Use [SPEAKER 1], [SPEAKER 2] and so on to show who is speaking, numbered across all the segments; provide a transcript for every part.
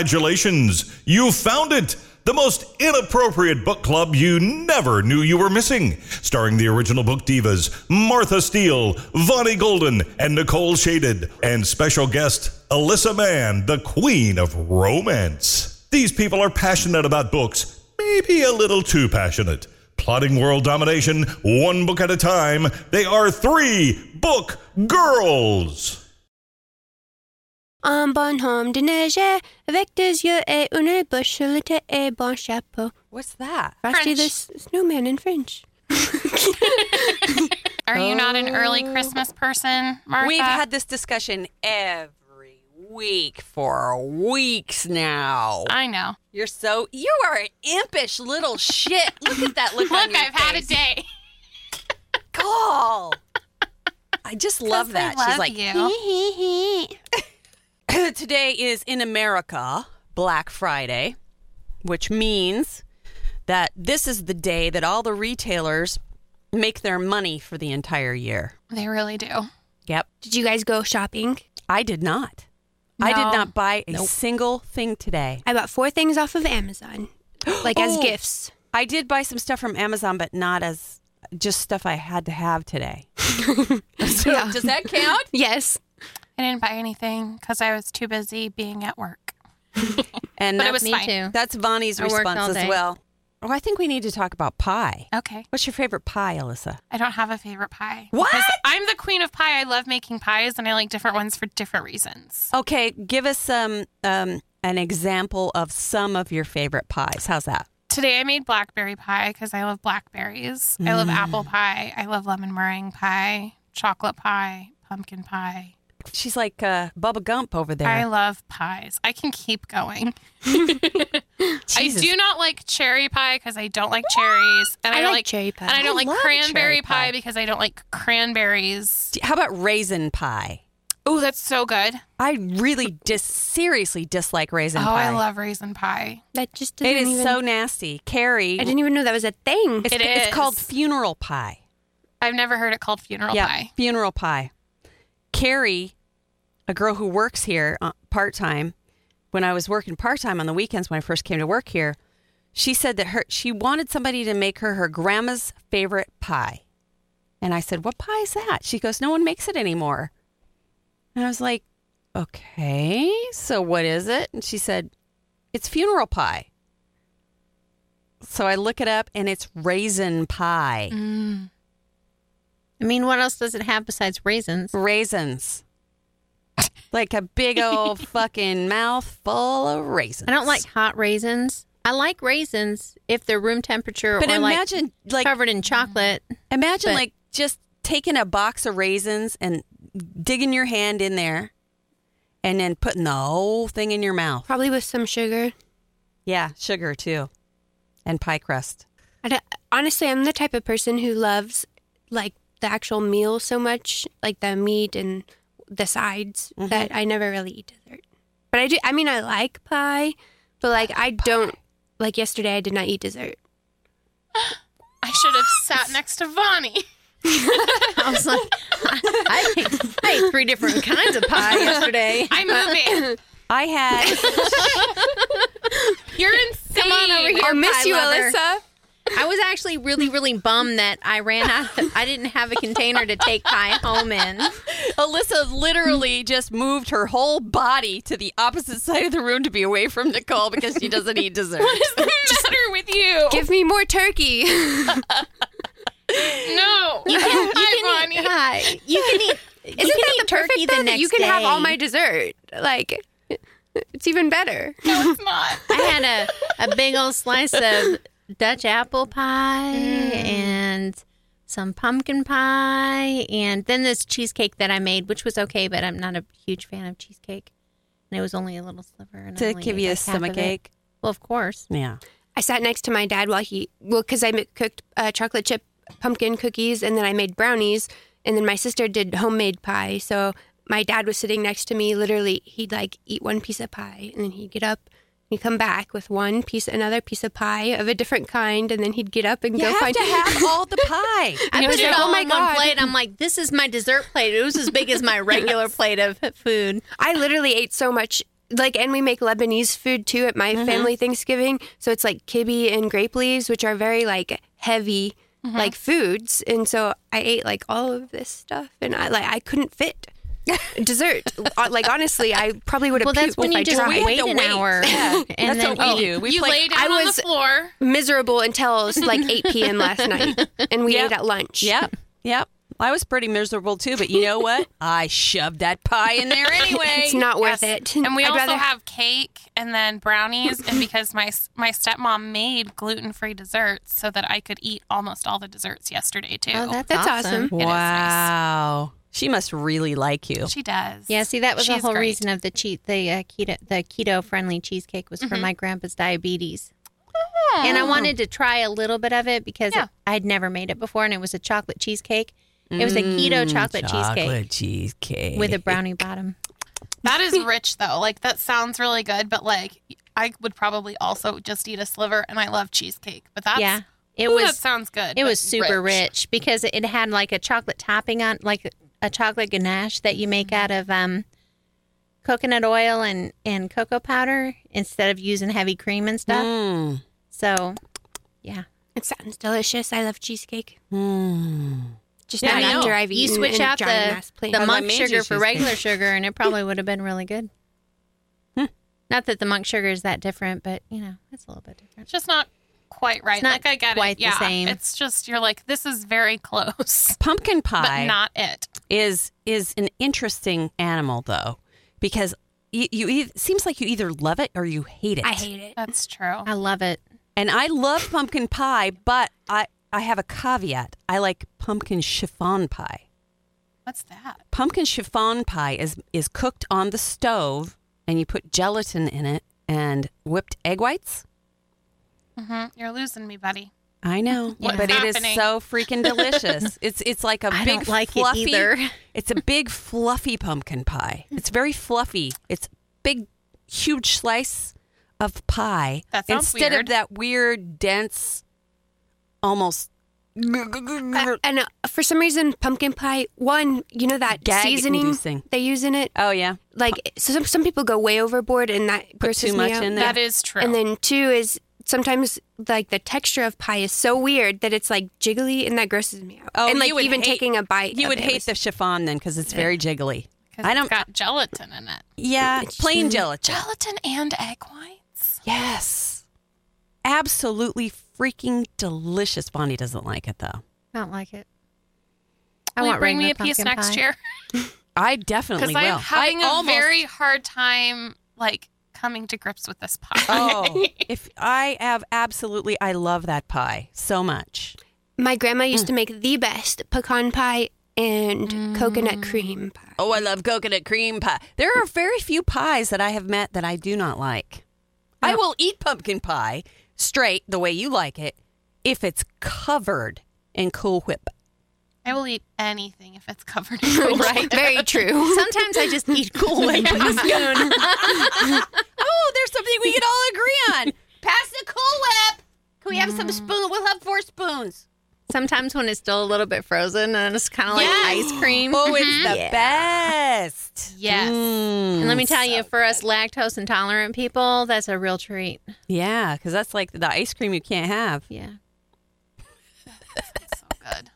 [SPEAKER 1] Congratulations! You found it! The most inappropriate book club you never knew you were missing. Starring the original book divas Martha Steele, Vonnie Golden, and Nicole Shaded. And special guest Alyssa Mann, the queen of romance. These people are passionate about books, maybe a little too passionate. Plotting world domination, one book at a time, they are three book girls.
[SPEAKER 2] Un bonhomme de neige avec des yeux et une bouchelette et bon chapeau.
[SPEAKER 3] What's that?
[SPEAKER 2] Frosty the S- Snowman in French.
[SPEAKER 4] Are you not an early Christmas person, Martha?
[SPEAKER 3] Oh. We've had this discussion every week for weeks now.
[SPEAKER 4] I know.
[SPEAKER 3] You're so you are an impish little shit. Look at that look.
[SPEAKER 4] Look,
[SPEAKER 3] on
[SPEAKER 4] I've
[SPEAKER 3] your
[SPEAKER 4] had a
[SPEAKER 3] face.
[SPEAKER 4] day.
[SPEAKER 3] Call. I just love that.
[SPEAKER 4] I
[SPEAKER 3] She's
[SPEAKER 4] love
[SPEAKER 3] like,
[SPEAKER 4] you.
[SPEAKER 3] today is in America Black Friday, which means that this is the day that all the retailers make their money for the entire year.
[SPEAKER 4] They really do.
[SPEAKER 3] Yep.
[SPEAKER 2] Did you guys go shopping?
[SPEAKER 3] I did not. I did
[SPEAKER 4] No.
[SPEAKER 3] not buy a single thing today.
[SPEAKER 2] I bought four things off of Amazon, like as
[SPEAKER 3] Oh.
[SPEAKER 2] gifts.
[SPEAKER 3] I did buy some stuff from Amazon, but not as just stuff I had to have today. So,
[SPEAKER 2] Yeah.
[SPEAKER 3] Does that count?
[SPEAKER 2] Yes.
[SPEAKER 4] I didn't buy anything because I was too busy being at work.
[SPEAKER 3] And
[SPEAKER 4] But
[SPEAKER 3] that's,
[SPEAKER 4] it was
[SPEAKER 5] Me
[SPEAKER 4] fine.
[SPEAKER 5] too.
[SPEAKER 3] that's Vonnie's
[SPEAKER 5] I worked all
[SPEAKER 3] response as
[SPEAKER 5] day.
[SPEAKER 3] well. Oh, I think we need to talk about pie.
[SPEAKER 4] Okay.
[SPEAKER 3] What's your favorite pie, Alyssa?
[SPEAKER 4] I don't have a favorite pie.
[SPEAKER 3] What?
[SPEAKER 4] Because I'm the queen of pie. I love making pies and I like different ones for different reasons.
[SPEAKER 3] Okay, give us some um, an example of some of your favorite pies. How's that?
[SPEAKER 4] Today I made blackberry pie because I love blackberries. I love apple
[SPEAKER 3] Mm.
[SPEAKER 4] pie. I love lemon meringue pie, chocolate pie, pumpkin pie.
[SPEAKER 3] She's like uh, Bubba Gump over there.
[SPEAKER 4] I love pies. I can keep going.
[SPEAKER 3] Jesus.
[SPEAKER 4] I do not like cherry pie because I don't like cherries, and I,
[SPEAKER 2] I
[SPEAKER 4] don't
[SPEAKER 2] like cherry pie.
[SPEAKER 4] and I don't
[SPEAKER 3] I
[SPEAKER 4] like
[SPEAKER 3] love cherry
[SPEAKER 4] cranberry
[SPEAKER 3] pie.
[SPEAKER 4] pie. because I don't like cranberries.
[SPEAKER 3] How about raisin pie?
[SPEAKER 4] Oh, that's so good.
[SPEAKER 3] I really dis- seriously dislike raisin
[SPEAKER 4] oh,
[SPEAKER 3] pie.
[SPEAKER 4] I love raisin pie.
[SPEAKER 2] That just doesn't
[SPEAKER 3] it is
[SPEAKER 2] even,
[SPEAKER 3] so nasty. Carrie,
[SPEAKER 2] I didn't even know that was a thing.
[SPEAKER 3] it's,
[SPEAKER 4] It
[SPEAKER 3] it's called
[SPEAKER 4] is.
[SPEAKER 3] funeral pie.
[SPEAKER 4] I've never heard it called funeral
[SPEAKER 3] yeah,
[SPEAKER 4] pie.
[SPEAKER 3] funeral pie. Carrie, a girl who works here uh, part time, when I was working part time on the weekends when I first came to work here, she said that her she wanted somebody to make her her grandma's favorite pie, and I said, "What pie is that?" She goes, "No one makes it anymore," and I was like, "Okay, so what is it?" And she said, "It's funeral pie." So I look it up, and it's raisin pie,
[SPEAKER 5] I mean, what else does it have besides raisins?
[SPEAKER 3] raisins. Like a big old fucking mouth full of raisins.
[SPEAKER 5] I don't like hot raisins. I like raisins if they're room temperature
[SPEAKER 3] But
[SPEAKER 5] or
[SPEAKER 3] imagine like
[SPEAKER 5] like covered in chocolate.
[SPEAKER 3] Imagine
[SPEAKER 5] But-
[SPEAKER 3] like just taking a box of raisins and digging your hand in there and then putting the whole thing in your mouth.
[SPEAKER 2] Probably with some sugar.
[SPEAKER 3] Yeah, sugar too. And pie crust.
[SPEAKER 2] I don't- honestly, I'm the type of person who loves like the actual meal so much, like the meat and the sides,
[SPEAKER 5] Mm-hmm.
[SPEAKER 2] that I never really eat dessert. But I do. I mean, I like pie, but like I don't. Like yesterday, I did not eat dessert.
[SPEAKER 4] I should have sat next to Vonnie.
[SPEAKER 5] I was like, I, ate, I ate three different kinds of pie yesterday.
[SPEAKER 4] I'm moving.
[SPEAKER 3] I had
[SPEAKER 4] You're insane.
[SPEAKER 5] Come on over here.
[SPEAKER 2] I miss
[SPEAKER 5] pie
[SPEAKER 2] you,
[SPEAKER 5] lover.
[SPEAKER 2] Alyssa.
[SPEAKER 5] I was actually really, really bummed that I ran out. Of, I didn't have a container to take pie home in.
[SPEAKER 3] Alyssa literally just moved her whole body to the opposite side of the room to be away from Nicole because she doesn't eat dessert.
[SPEAKER 4] What's the matter with you?
[SPEAKER 2] Give me more turkey.
[SPEAKER 4] no. You
[SPEAKER 5] can- you
[SPEAKER 4] Hi,
[SPEAKER 5] can eat-
[SPEAKER 4] Vonnie.
[SPEAKER 5] hi. You can eat. you
[SPEAKER 2] Isn't
[SPEAKER 5] can
[SPEAKER 2] that
[SPEAKER 5] eat
[SPEAKER 2] the perfect
[SPEAKER 5] turkey
[SPEAKER 2] though,
[SPEAKER 5] the
[SPEAKER 2] that
[SPEAKER 5] next
[SPEAKER 2] you can have all
[SPEAKER 5] day.
[SPEAKER 2] my dessert? Like, it's even better.
[SPEAKER 4] No, it's not.
[SPEAKER 5] I had a, a big old slice of Dutch apple pie and some pumpkin pie, and then this cheesecake that I made, which was okay, but I'm not a huge fan of cheesecake. And it was only a little sliver. And I
[SPEAKER 3] to
[SPEAKER 5] only
[SPEAKER 3] give
[SPEAKER 5] ate
[SPEAKER 3] you a
[SPEAKER 5] like half of it.
[SPEAKER 3] stomach ache.
[SPEAKER 5] Well, of course.
[SPEAKER 3] Yeah.
[SPEAKER 2] I sat next to my dad while he, well, because I m- cooked uh, chocolate chip pumpkin cookies and then I made brownies. And then my sister did homemade pie. So my dad was sitting next to me. Literally, he'd like eat one piece of pie and then he'd get up and he'd come back with one piece, another piece of pie of a different kind. And then he'd get up and
[SPEAKER 3] You
[SPEAKER 2] go
[SPEAKER 3] have
[SPEAKER 2] find
[SPEAKER 3] to have all the pie.
[SPEAKER 5] I
[SPEAKER 4] know,
[SPEAKER 5] put
[SPEAKER 4] they're
[SPEAKER 5] it "Oh
[SPEAKER 2] all
[SPEAKER 5] all on
[SPEAKER 2] "Oh my God.
[SPEAKER 5] one plate. I'm like, this is my dessert plate. It was as big as my regular plate of food.
[SPEAKER 2] I literally ate so much like, and we make Lebanese food too at
[SPEAKER 5] Mm-hmm.
[SPEAKER 2] my family Thanksgiving. So it's like kibbe and grape leaves, which are very like heavy
[SPEAKER 5] Mm-hmm.
[SPEAKER 2] like foods. And so I ate like all of this stuff, and I like I couldn't fit dessert. Uh, like honestly, I probably would have.
[SPEAKER 5] Well, that's when
[SPEAKER 2] if
[SPEAKER 5] you
[SPEAKER 2] I
[SPEAKER 5] just
[SPEAKER 2] tried.
[SPEAKER 5] wait an hour, and
[SPEAKER 3] That's
[SPEAKER 5] then
[SPEAKER 3] what we
[SPEAKER 5] eat.
[SPEAKER 3] do. We
[SPEAKER 4] you
[SPEAKER 3] play
[SPEAKER 4] lay
[SPEAKER 2] I
[SPEAKER 4] down on
[SPEAKER 2] was-
[SPEAKER 4] the floor.
[SPEAKER 2] miserable until it's, like 8 p.m. last night, and we
[SPEAKER 3] Yep.
[SPEAKER 2] ate at lunch.
[SPEAKER 3] Yep. Yep. I was pretty miserable too, but you know what? I shoved that pie in there anyway.
[SPEAKER 2] It's not worth it.
[SPEAKER 4] And we
[SPEAKER 2] I'd
[SPEAKER 4] also
[SPEAKER 2] rather
[SPEAKER 4] have cake and then brownies. and because my s- my stepmom made gluten free desserts, so that I could eat almost all the desserts yesterday too.
[SPEAKER 5] Oh, that's,
[SPEAKER 2] That's
[SPEAKER 5] awesome.
[SPEAKER 2] awesome.
[SPEAKER 4] is nice.
[SPEAKER 3] Wow. She must really like you.
[SPEAKER 4] She does.
[SPEAKER 5] Yeah, see, that was
[SPEAKER 4] She's
[SPEAKER 5] the whole
[SPEAKER 4] great.
[SPEAKER 5] reason of the cheat, the uh, keto, the keto friendly cheesecake was for
[SPEAKER 4] Mm-hmm.
[SPEAKER 5] my grandpa's diabetes, and I wanted to try a little bit of it because
[SPEAKER 4] Ah. Yeah.
[SPEAKER 5] I'd never made it before, and it was a chocolate cheesecake. It was a keto chocolate, cheesecake
[SPEAKER 3] Mmm, Chocolate cheesecake.
[SPEAKER 5] with a brownie bottom.
[SPEAKER 4] That is rich though. Like that sounds really good, but like I would probably also just eat a sliver and I love cheesecake. But that's
[SPEAKER 5] yeah, it
[SPEAKER 4] ooh, that
[SPEAKER 5] was
[SPEAKER 4] sounds good.
[SPEAKER 5] it
[SPEAKER 4] but
[SPEAKER 5] was super rich. because it had like a chocolate topping on, like a chocolate ganache that you make out of um, coconut oil and and cocoa powder instead of using heavy cream and stuff.
[SPEAKER 3] Mm.
[SPEAKER 5] So, yeah.
[SPEAKER 2] It sounds delicious. I love cheesecake.
[SPEAKER 3] Mm.
[SPEAKER 2] Just
[SPEAKER 3] Yeah,
[SPEAKER 2] not
[SPEAKER 3] I know.
[SPEAKER 2] after I've
[SPEAKER 5] you
[SPEAKER 2] eaten
[SPEAKER 5] switch
[SPEAKER 2] in a
[SPEAKER 5] out
[SPEAKER 2] giant
[SPEAKER 5] the,
[SPEAKER 2] mass plate.
[SPEAKER 5] the
[SPEAKER 3] That's why I
[SPEAKER 5] monk
[SPEAKER 3] made you
[SPEAKER 5] sugar for
[SPEAKER 3] cheesecake.
[SPEAKER 5] regular sugar, and it probably would have been really good. Not that the monk sugar is that different, but you know, it's a little bit different.
[SPEAKER 4] It's just not quite right.
[SPEAKER 5] not
[SPEAKER 4] like I get
[SPEAKER 5] quite
[SPEAKER 4] it.
[SPEAKER 5] the
[SPEAKER 4] yeah.
[SPEAKER 5] same.
[SPEAKER 4] It's just you're like, this is very close.
[SPEAKER 3] Pumpkin pie
[SPEAKER 4] But not it.
[SPEAKER 3] is is an interesting animal though, because you, you eith- seems like you either love it or you hate it.
[SPEAKER 2] I hate
[SPEAKER 3] Uh,
[SPEAKER 2] it.
[SPEAKER 4] That's true.
[SPEAKER 5] I love it.
[SPEAKER 3] And I love pumpkin pie, but I I have a caveat. I like pumpkin chiffon pie.
[SPEAKER 4] What's that?
[SPEAKER 3] Pumpkin chiffon pie is is cooked on the stove, and you put gelatin in it and whipped egg whites.
[SPEAKER 4] hmm You're losing me, buddy.
[SPEAKER 3] I know,
[SPEAKER 4] What's
[SPEAKER 3] but it is
[SPEAKER 4] happening?
[SPEAKER 3] so freaking delicious. it's it's like a
[SPEAKER 5] I
[SPEAKER 3] big
[SPEAKER 5] don't like it
[SPEAKER 3] fluffy.
[SPEAKER 5] either.
[SPEAKER 3] It's a big fluffy pumpkin pie. It's very fluffy. It's big, huge slice of pie
[SPEAKER 4] That sounds
[SPEAKER 3] instead of
[SPEAKER 4] weird.
[SPEAKER 3] that weird dense, almost Oh,
[SPEAKER 2] Uh, and uh, for some reason, pumpkin pie, one, you know that
[SPEAKER 3] Gag
[SPEAKER 2] seasoning
[SPEAKER 3] inducing.
[SPEAKER 2] they use in it?
[SPEAKER 3] oh yeah
[SPEAKER 2] Like, so some, some people go way overboard and that grosses
[SPEAKER 3] too
[SPEAKER 2] me
[SPEAKER 3] much
[SPEAKER 2] out.
[SPEAKER 3] in there.
[SPEAKER 4] That is true.
[SPEAKER 2] And then two is sometimes like the texture of pie is so weird that it's like jiggly and that grosses me out.
[SPEAKER 3] Oh,
[SPEAKER 2] and like
[SPEAKER 3] you would
[SPEAKER 2] even
[SPEAKER 3] hate-
[SPEAKER 2] taking a bite.
[SPEAKER 3] you
[SPEAKER 2] of
[SPEAKER 3] would
[SPEAKER 2] it
[SPEAKER 3] hate
[SPEAKER 2] was-
[SPEAKER 3] the chiffon then because it's very jiggly.
[SPEAKER 4] 'Cause
[SPEAKER 3] I
[SPEAKER 4] it's
[SPEAKER 3] don't.
[SPEAKER 4] got gelatin in it.
[SPEAKER 3] yeah, plain gelatin.
[SPEAKER 4] Gelatin and egg whites.
[SPEAKER 3] Yes. Absolutely freaking delicious. Bonnie doesn't like it though.
[SPEAKER 5] I don't like it. I
[SPEAKER 4] Will you
[SPEAKER 5] want
[SPEAKER 4] bring me
[SPEAKER 5] regular
[SPEAKER 4] a piece
[SPEAKER 5] pumpkin
[SPEAKER 4] next
[SPEAKER 5] pie.
[SPEAKER 4] year?
[SPEAKER 3] I definitely
[SPEAKER 4] Because
[SPEAKER 3] will.
[SPEAKER 4] I'm having
[SPEAKER 3] I
[SPEAKER 4] a
[SPEAKER 3] almost-
[SPEAKER 4] very hard time like coming to grips with this pie.
[SPEAKER 3] Oh, if I have absolutely, I love that pie so much.
[SPEAKER 2] My grandma
[SPEAKER 3] Hmm.
[SPEAKER 2] used to make the best pecan pie and coconut cream pie.
[SPEAKER 3] Oh, I love coconut cream pie. There are very few pies that I have met that I do not like. I will eat pumpkin pie straight the way you like it if it's covered in Cool Whip.
[SPEAKER 4] I will eat anything if it's covered in Cool Whip.
[SPEAKER 2] Very true.
[SPEAKER 5] Sometimes I just need cool whip with a spoon.
[SPEAKER 3] Oh, there's something we can all agree on. Mm.
[SPEAKER 5] Pass the cool whip. Can we have some spoon? We'll have four spoons. Sometimes when it's still a little bit frozen and it's kind of like ice cream.
[SPEAKER 3] Oh, it's the best. Mm.
[SPEAKER 4] Yes.
[SPEAKER 5] And let me tell you, for us lactose intolerant people, that's a real treat.
[SPEAKER 3] Yeah, because that's like the ice cream you can't have.
[SPEAKER 5] Yeah.
[SPEAKER 4] so good.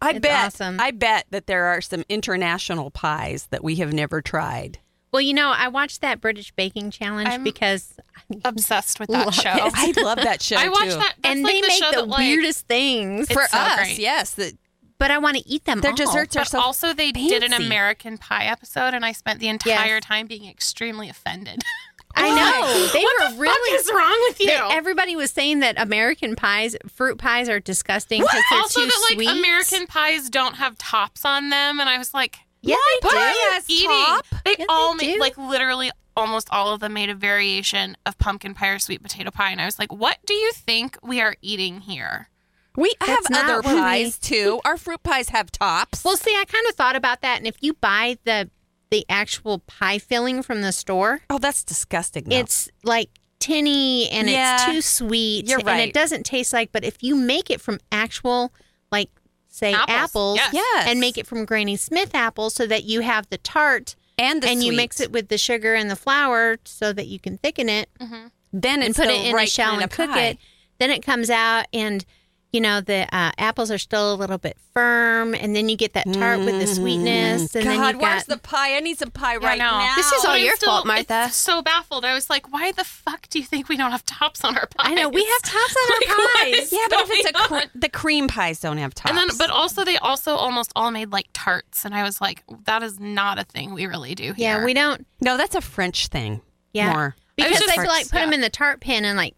[SPEAKER 3] I
[SPEAKER 5] It's
[SPEAKER 3] bet.
[SPEAKER 5] awesome.
[SPEAKER 3] I bet that there are some international pies that we have never tried.
[SPEAKER 5] Well, you know, I watched that British baking challenge
[SPEAKER 4] I'm-
[SPEAKER 5] because
[SPEAKER 4] Obsessed with that
[SPEAKER 5] Love
[SPEAKER 4] show.
[SPEAKER 5] it.
[SPEAKER 3] I love that show.
[SPEAKER 4] I
[SPEAKER 3] too.
[SPEAKER 4] watched that. That's
[SPEAKER 5] and
[SPEAKER 4] like
[SPEAKER 5] they
[SPEAKER 4] the
[SPEAKER 5] make
[SPEAKER 4] show
[SPEAKER 5] the
[SPEAKER 4] that, like,
[SPEAKER 5] weirdest things,
[SPEAKER 4] It's
[SPEAKER 3] for
[SPEAKER 4] so
[SPEAKER 3] us.
[SPEAKER 4] great.
[SPEAKER 3] Yes, the,
[SPEAKER 5] but I want to eat them.
[SPEAKER 3] their
[SPEAKER 5] all.
[SPEAKER 3] desserts are
[SPEAKER 4] But
[SPEAKER 3] so.
[SPEAKER 4] also, they did an
[SPEAKER 3] fancy.
[SPEAKER 4] American Pie episode, and I spent the entire
[SPEAKER 5] Yes.
[SPEAKER 4] time being extremely offended.
[SPEAKER 5] I know they were really.
[SPEAKER 4] what is wrong with you?
[SPEAKER 5] they- everybody was saying that American pies, fruit pies, are disgusting because they're
[SPEAKER 4] also,
[SPEAKER 5] too
[SPEAKER 4] that like
[SPEAKER 5] sweet.
[SPEAKER 4] American pies don't have tops on them, and I was like,
[SPEAKER 5] yeah, they
[SPEAKER 4] "What
[SPEAKER 5] do.
[SPEAKER 4] are you
[SPEAKER 3] Yes,
[SPEAKER 4] eating?"
[SPEAKER 3] top.
[SPEAKER 4] They
[SPEAKER 5] Yeah,
[SPEAKER 4] all
[SPEAKER 5] they
[SPEAKER 4] made
[SPEAKER 5] do.
[SPEAKER 4] like literally almost all of them made a variation of pumpkin pie or sweet potato pie, and I was like, "What do you think we are eating here?"
[SPEAKER 3] we have
[SPEAKER 5] That's not
[SPEAKER 3] other
[SPEAKER 5] what we-
[SPEAKER 3] pies too. Our fruit pies have tops.
[SPEAKER 5] Well, see, I kind of thought about that, and if you buy the the actual pie filling from the store,
[SPEAKER 3] oh, that's disgusting. though.
[SPEAKER 5] it's like tinny and
[SPEAKER 3] Yeah.
[SPEAKER 5] it's too sweet
[SPEAKER 3] You're
[SPEAKER 5] and
[SPEAKER 3] right.
[SPEAKER 5] it doesn't taste like but if you make it from actual like say
[SPEAKER 4] Apples.
[SPEAKER 5] apples,
[SPEAKER 4] Yes.
[SPEAKER 3] Yes.
[SPEAKER 5] and make it from granny smith apples so that you have the tart
[SPEAKER 3] and the
[SPEAKER 5] and you mix
[SPEAKER 3] sweet.
[SPEAKER 5] it with the sugar and the flour so that you can thicken it
[SPEAKER 3] then
[SPEAKER 5] and
[SPEAKER 3] it's
[SPEAKER 5] put
[SPEAKER 3] the
[SPEAKER 5] it in
[SPEAKER 3] right
[SPEAKER 5] a shell
[SPEAKER 3] kind
[SPEAKER 5] and
[SPEAKER 3] of
[SPEAKER 5] cook
[SPEAKER 3] pie.
[SPEAKER 5] it. Then it comes out and you know the uh, apples are still a little bit firm, and then you get that tart with the sweetness. And
[SPEAKER 3] God,
[SPEAKER 5] then you
[SPEAKER 3] where's
[SPEAKER 5] got
[SPEAKER 3] the pie? I need some pie right
[SPEAKER 4] know.
[SPEAKER 3] now.
[SPEAKER 4] This
[SPEAKER 2] is all
[SPEAKER 4] But I'm
[SPEAKER 2] your
[SPEAKER 4] still-
[SPEAKER 2] fault, Martha.
[SPEAKER 4] it's So baffled. I was like, why the fuck do you think we don't have tops on our pies?
[SPEAKER 5] I know we have tops on
[SPEAKER 4] Like,
[SPEAKER 5] our
[SPEAKER 4] what
[SPEAKER 5] pies.
[SPEAKER 4] is
[SPEAKER 3] yeah, but if it's a
[SPEAKER 4] going
[SPEAKER 3] cr- the cream pies don't have tops.
[SPEAKER 4] And then, but also they also almost all made like tarts, and I was like, that is not a thing we really do here.
[SPEAKER 5] Yeah, we don't.
[SPEAKER 3] no, that's a French thing.
[SPEAKER 5] Yeah,
[SPEAKER 3] More.
[SPEAKER 5] because
[SPEAKER 4] just
[SPEAKER 5] they
[SPEAKER 4] like-
[SPEAKER 5] like put them
[SPEAKER 4] yeah.
[SPEAKER 5] in the tart pan and like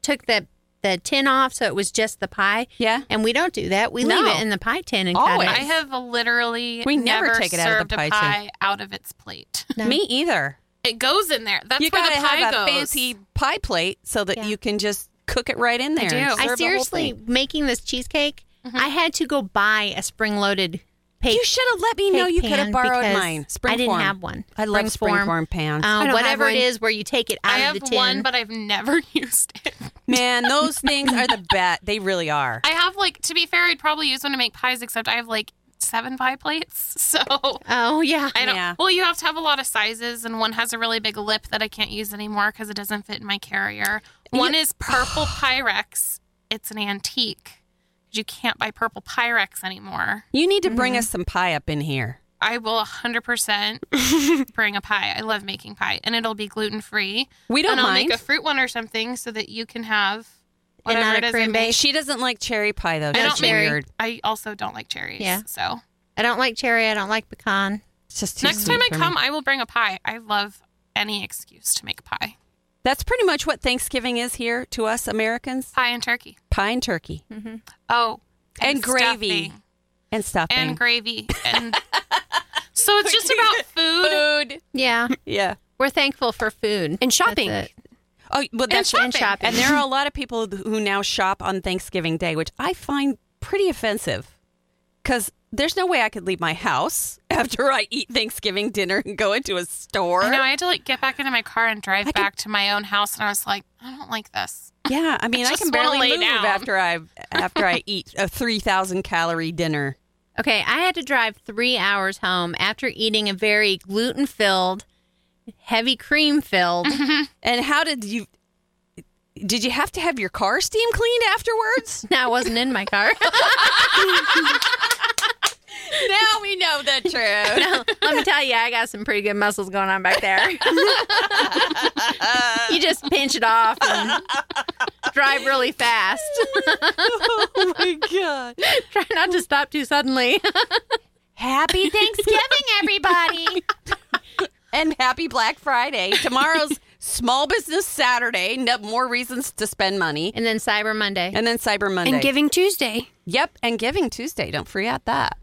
[SPEAKER 5] took the the tin off, so it was just the pie.
[SPEAKER 3] Yeah.
[SPEAKER 5] and we don't do that. We
[SPEAKER 3] No.
[SPEAKER 5] leave it in the pie tin and
[SPEAKER 3] Always.
[SPEAKER 5] cut
[SPEAKER 4] I
[SPEAKER 5] it.
[SPEAKER 4] have literally
[SPEAKER 3] We never take it out of
[SPEAKER 4] served
[SPEAKER 3] the pie
[SPEAKER 4] a
[SPEAKER 3] tin.
[SPEAKER 4] pie out of its plate.
[SPEAKER 5] No.
[SPEAKER 3] Me either.
[SPEAKER 4] It goes in there. That's
[SPEAKER 3] you
[SPEAKER 4] where
[SPEAKER 3] gotta
[SPEAKER 4] the pie
[SPEAKER 3] have
[SPEAKER 4] goes.
[SPEAKER 3] a fancy pie plate so that
[SPEAKER 5] Yeah.
[SPEAKER 3] you can just cook it right in there.
[SPEAKER 4] do.
[SPEAKER 3] and
[SPEAKER 4] I
[SPEAKER 3] serve the
[SPEAKER 5] I
[SPEAKER 3] whole
[SPEAKER 5] seriously
[SPEAKER 3] thing. Mm-hmm.
[SPEAKER 5] making this cheesecake. I had to go buy a spring loaded. Paper.
[SPEAKER 3] You should have let me know
[SPEAKER 5] cake
[SPEAKER 3] you could
[SPEAKER 5] pan
[SPEAKER 3] have borrowed
[SPEAKER 5] because
[SPEAKER 3] mine. Spring
[SPEAKER 5] I didn't
[SPEAKER 3] form.
[SPEAKER 5] have one.
[SPEAKER 3] I love spring form pans. I don't
[SPEAKER 5] Um,
[SPEAKER 3] have
[SPEAKER 5] whatever it
[SPEAKER 3] one.
[SPEAKER 5] is where you take it out
[SPEAKER 4] I
[SPEAKER 5] of
[SPEAKER 4] have
[SPEAKER 5] the tin.
[SPEAKER 4] one, but I've never used it.
[SPEAKER 3] Man, those things are the best. They really are.
[SPEAKER 4] I have like to be fair, I'd probably use one to make pies, except I have like seven pie plates, so
[SPEAKER 5] oh yeah.
[SPEAKER 4] I don't.
[SPEAKER 3] Yeah.
[SPEAKER 4] Well, you have to have a lot of sizes, and one has a really big lip that I can't use anymore because it doesn't fit in my carrier. One is purple Pyrex. It's an antique. You can't buy purple Pyrex anymore.
[SPEAKER 3] You need to bring
[SPEAKER 5] Mm-hmm.
[SPEAKER 3] us some pie up in here.
[SPEAKER 4] I will 100% bring a pie. I love making pie, and it'll be gluten free.
[SPEAKER 3] We don't
[SPEAKER 4] and I'll
[SPEAKER 3] mind.
[SPEAKER 4] make a fruit one or something so that you can have
[SPEAKER 5] And
[SPEAKER 4] whatever
[SPEAKER 5] not
[SPEAKER 4] it
[SPEAKER 5] a
[SPEAKER 4] is. I
[SPEAKER 5] cream
[SPEAKER 4] make.
[SPEAKER 5] base.
[SPEAKER 3] She doesn't like cherry pie though.
[SPEAKER 4] I
[SPEAKER 3] That's
[SPEAKER 4] don't make-
[SPEAKER 3] weird.
[SPEAKER 4] I also don't like cherries.
[SPEAKER 5] Yeah.
[SPEAKER 4] So
[SPEAKER 5] I don't like cherry. I don't like pecan.
[SPEAKER 3] It's just too
[SPEAKER 4] next
[SPEAKER 3] sweet
[SPEAKER 4] time I
[SPEAKER 3] for me.
[SPEAKER 4] come, I will bring a pie. I love any excuse to make pie.
[SPEAKER 3] That's pretty much what Thanksgiving is here to us Americans:
[SPEAKER 4] Pie and turkey.
[SPEAKER 3] pie and turkey
[SPEAKER 4] Oh,
[SPEAKER 3] And gravy.
[SPEAKER 4] stuffing.
[SPEAKER 3] and stuffing.
[SPEAKER 4] and gravy and. So it's just about food.
[SPEAKER 3] food.
[SPEAKER 5] Yeah,
[SPEAKER 3] Yeah.
[SPEAKER 5] we're thankful for food
[SPEAKER 2] And shopping.
[SPEAKER 5] That's it.
[SPEAKER 3] Oh, well, that's
[SPEAKER 5] shopping. And shopping.
[SPEAKER 3] And there are a lot of people who now shop on Thanksgiving Day, which I find pretty offensive because there's no way I could leave my house after I eat Thanksgiving dinner and go into a store.
[SPEAKER 4] I know I had to like get back into my car and drive
[SPEAKER 3] I can-
[SPEAKER 4] back to my own house, and I was like, I don't like this.
[SPEAKER 3] Yeah, I mean, I,
[SPEAKER 4] just
[SPEAKER 3] can
[SPEAKER 4] wanna
[SPEAKER 3] barely
[SPEAKER 4] lay
[SPEAKER 3] move
[SPEAKER 4] down.
[SPEAKER 3] after I after I eat a three thousand calorie dinner.
[SPEAKER 5] Okay, I had to drive three hours home after eating a very gluten filled, heavy cream filled.
[SPEAKER 3] Mm-hmm. And how did you? Did you have to have your car steam cleaned afterwards?
[SPEAKER 5] now I wasn't in my car.
[SPEAKER 3] now we know the truth.
[SPEAKER 5] Let me tell you, I got some pretty good muscles going on back there. you just pinch it off and drive really fast.
[SPEAKER 3] oh my god!
[SPEAKER 5] Try not to stop too suddenly.
[SPEAKER 3] Happy Thanksgiving, everybody, and happy Black Friday. Tomorrow's Small Business Saturday. No more reasons to spend money,
[SPEAKER 5] And then Cyber Monday.
[SPEAKER 3] and then Cyber Monday.
[SPEAKER 2] And Giving Tuesday.
[SPEAKER 3] yep, and Giving Tuesday. Don't forget that.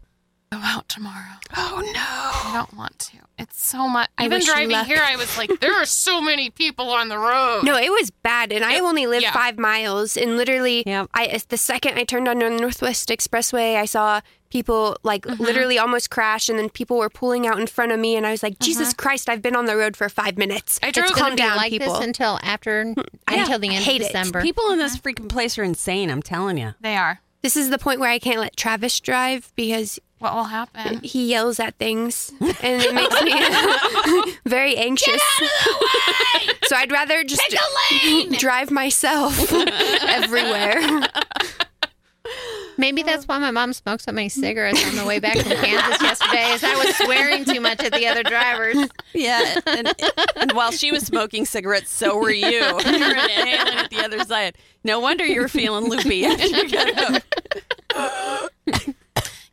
[SPEAKER 4] Go out tomorrow.
[SPEAKER 3] Oh no.
[SPEAKER 4] I don't want to. It's so much. Even
[SPEAKER 2] wish you
[SPEAKER 4] driving
[SPEAKER 2] luck.
[SPEAKER 4] here, I was like, there are so many people on the road.
[SPEAKER 2] No, it was bad, and I only lived
[SPEAKER 4] yeah.
[SPEAKER 2] five miles. And literally,
[SPEAKER 3] Yep.
[SPEAKER 2] I uh, the second I turned on the Northwest Expressway, I saw people like
[SPEAKER 4] Mm-hmm.
[SPEAKER 2] literally almost crash, and then people were pulling out in front of me, and I was like, "Jesus Christ! I've been on the road for five minutes.
[SPEAKER 4] Uh-huh. I drove-
[SPEAKER 2] It's
[SPEAKER 5] gonna
[SPEAKER 2] calm down,
[SPEAKER 5] like
[SPEAKER 2] people.
[SPEAKER 5] this until after until the
[SPEAKER 2] I
[SPEAKER 5] end of
[SPEAKER 2] hate it.
[SPEAKER 5] December.
[SPEAKER 3] People in this freaking place are insane. I'm telling you.
[SPEAKER 4] They are.
[SPEAKER 2] this is the point where I can't let Travis drive because
[SPEAKER 4] What will happen?
[SPEAKER 2] he yells at things, and it makes me very anxious. so I'd rather just drive myself everywhere.
[SPEAKER 5] Maybe that's why my mom smoked so many cigarettes on the way back from Kansas yesterday, is I was swearing too much at the other drivers.
[SPEAKER 3] Yeah, and, and while she was smoking cigarettes, so were you. You were inhaling at the other side. No wonder you were feeling loopy after you got home.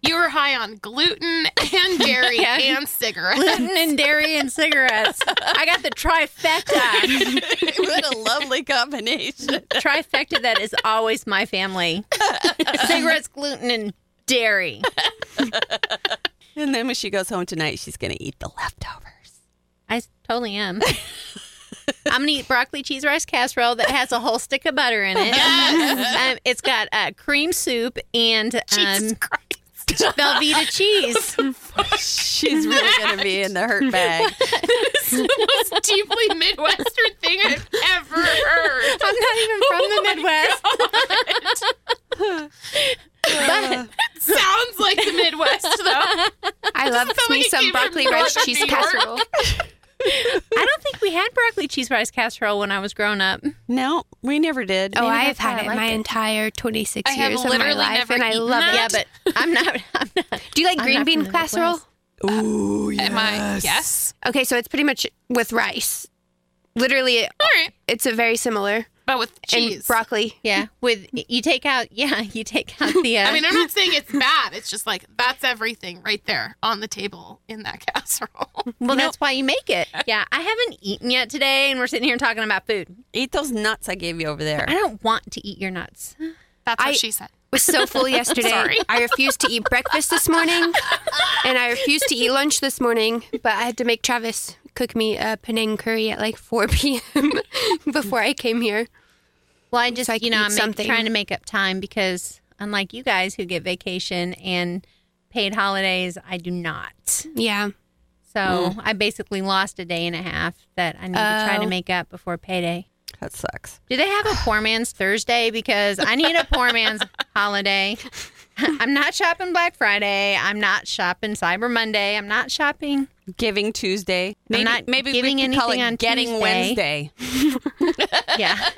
[SPEAKER 4] You were high on gluten and dairy and cigarettes.
[SPEAKER 5] Gluten and dairy and cigarettes. I got the trifecta.
[SPEAKER 3] What a lovely combination.
[SPEAKER 5] trifecta that is always my family. cigarettes, gluten, and dairy.
[SPEAKER 3] And then when she goes home tonight, she's going to eat the leftovers.
[SPEAKER 5] I s- totally am. I'm gonna eat broccoli cheese rice casserole that has a whole stick of butter in it. um, it's got uh, cream soup and um, Velveeta cheese.
[SPEAKER 3] She's really going to be in the hurt bag.
[SPEAKER 4] Most deeply Midwestern thing I've ever heard.
[SPEAKER 5] I'm not even from the Midwest.
[SPEAKER 4] Sounds like the Midwest, though.
[SPEAKER 2] I love
[SPEAKER 4] Somebody
[SPEAKER 2] me some
[SPEAKER 4] came from
[SPEAKER 2] broccoli rice
[SPEAKER 4] New
[SPEAKER 2] cheese
[SPEAKER 4] York.
[SPEAKER 2] casserole.
[SPEAKER 5] I don't think we had broccoli cheese rice casserole when I was growing up.
[SPEAKER 3] No, we never did.
[SPEAKER 2] Oh,
[SPEAKER 5] Maybe
[SPEAKER 2] I have
[SPEAKER 5] that's why
[SPEAKER 2] had
[SPEAKER 5] I
[SPEAKER 2] it
[SPEAKER 5] like
[SPEAKER 2] my
[SPEAKER 5] it.
[SPEAKER 2] entire 26
[SPEAKER 4] I have
[SPEAKER 2] years of my
[SPEAKER 4] literally
[SPEAKER 2] life,
[SPEAKER 4] never
[SPEAKER 2] and I
[SPEAKER 4] eaten
[SPEAKER 2] love
[SPEAKER 4] that.
[SPEAKER 2] it.
[SPEAKER 5] Yeah, but I'm not. I'm not.
[SPEAKER 2] Do you like
[SPEAKER 5] I'm
[SPEAKER 2] green
[SPEAKER 5] not
[SPEAKER 2] bean
[SPEAKER 5] from the Midwest.
[SPEAKER 2] casserole?
[SPEAKER 3] Ooh,
[SPEAKER 4] Am I? Yes.
[SPEAKER 2] Okay, so it's pretty much with rice. Literally,
[SPEAKER 4] All right.
[SPEAKER 2] it's a very similar
[SPEAKER 4] But with
[SPEAKER 2] and
[SPEAKER 4] cheese.
[SPEAKER 2] broccoli.
[SPEAKER 5] Yeah, with you take out. Yeah, you take out the. Uh,
[SPEAKER 4] I mean, I'm not saying it's bad. It's just like that's everything right there on the table in that casserole.
[SPEAKER 5] well, that's why you make it. Yeah, I haven't eaten yet today, and we're sitting here talking about food.
[SPEAKER 3] Eat those nuts I gave you over
[SPEAKER 5] I
[SPEAKER 3] there.
[SPEAKER 5] don't want to eat your nuts.
[SPEAKER 4] That's what
[SPEAKER 2] I-
[SPEAKER 4] she said.
[SPEAKER 2] was so full yesterday.
[SPEAKER 4] Sorry.
[SPEAKER 2] I refused to eat breakfast this morning, and I refused to eat lunch this morning. But I had to make Travis cook me a Penang curry at like 4 p.m. before I came here.
[SPEAKER 5] Well, I just
[SPEAKER 2] I
[SPEAKER 5] you
[SPEAKER 2] can eat
[SPEAKER 5] know I'm make-
[SPEAKER 2] something.
[SPEAKER 5] trying to make up time because unlike you guys who get vacation and paid holidays, I do not.
[SPEAKER 2] Yeah,
[SPEAKER 5] So I basically lost a day and a half that I need to try to make up before payday.
[SPEAKER 3] That sucks.
[SPEAKER 5] Do they have a poor man's Thursday? Because I need a poor man's holiday. I'm not shopping Black Friday. I'm not shopping Cyber Monday. I'm not shopping.
[SPEAKER 3] Giving Tuesday. Maybe,
[SPEAKER 5] not
[SPEAKER 3] maybe
[SPEAKER 5] giving
[SPEAKER 3] we could call it
[SPEAKER 5] anything on
[SPEAKER 3] Getting
[SPEAKER 5] Tuesday.
[SPEAKER 3] Wednesday.
[SPEAKER 5] Yeah.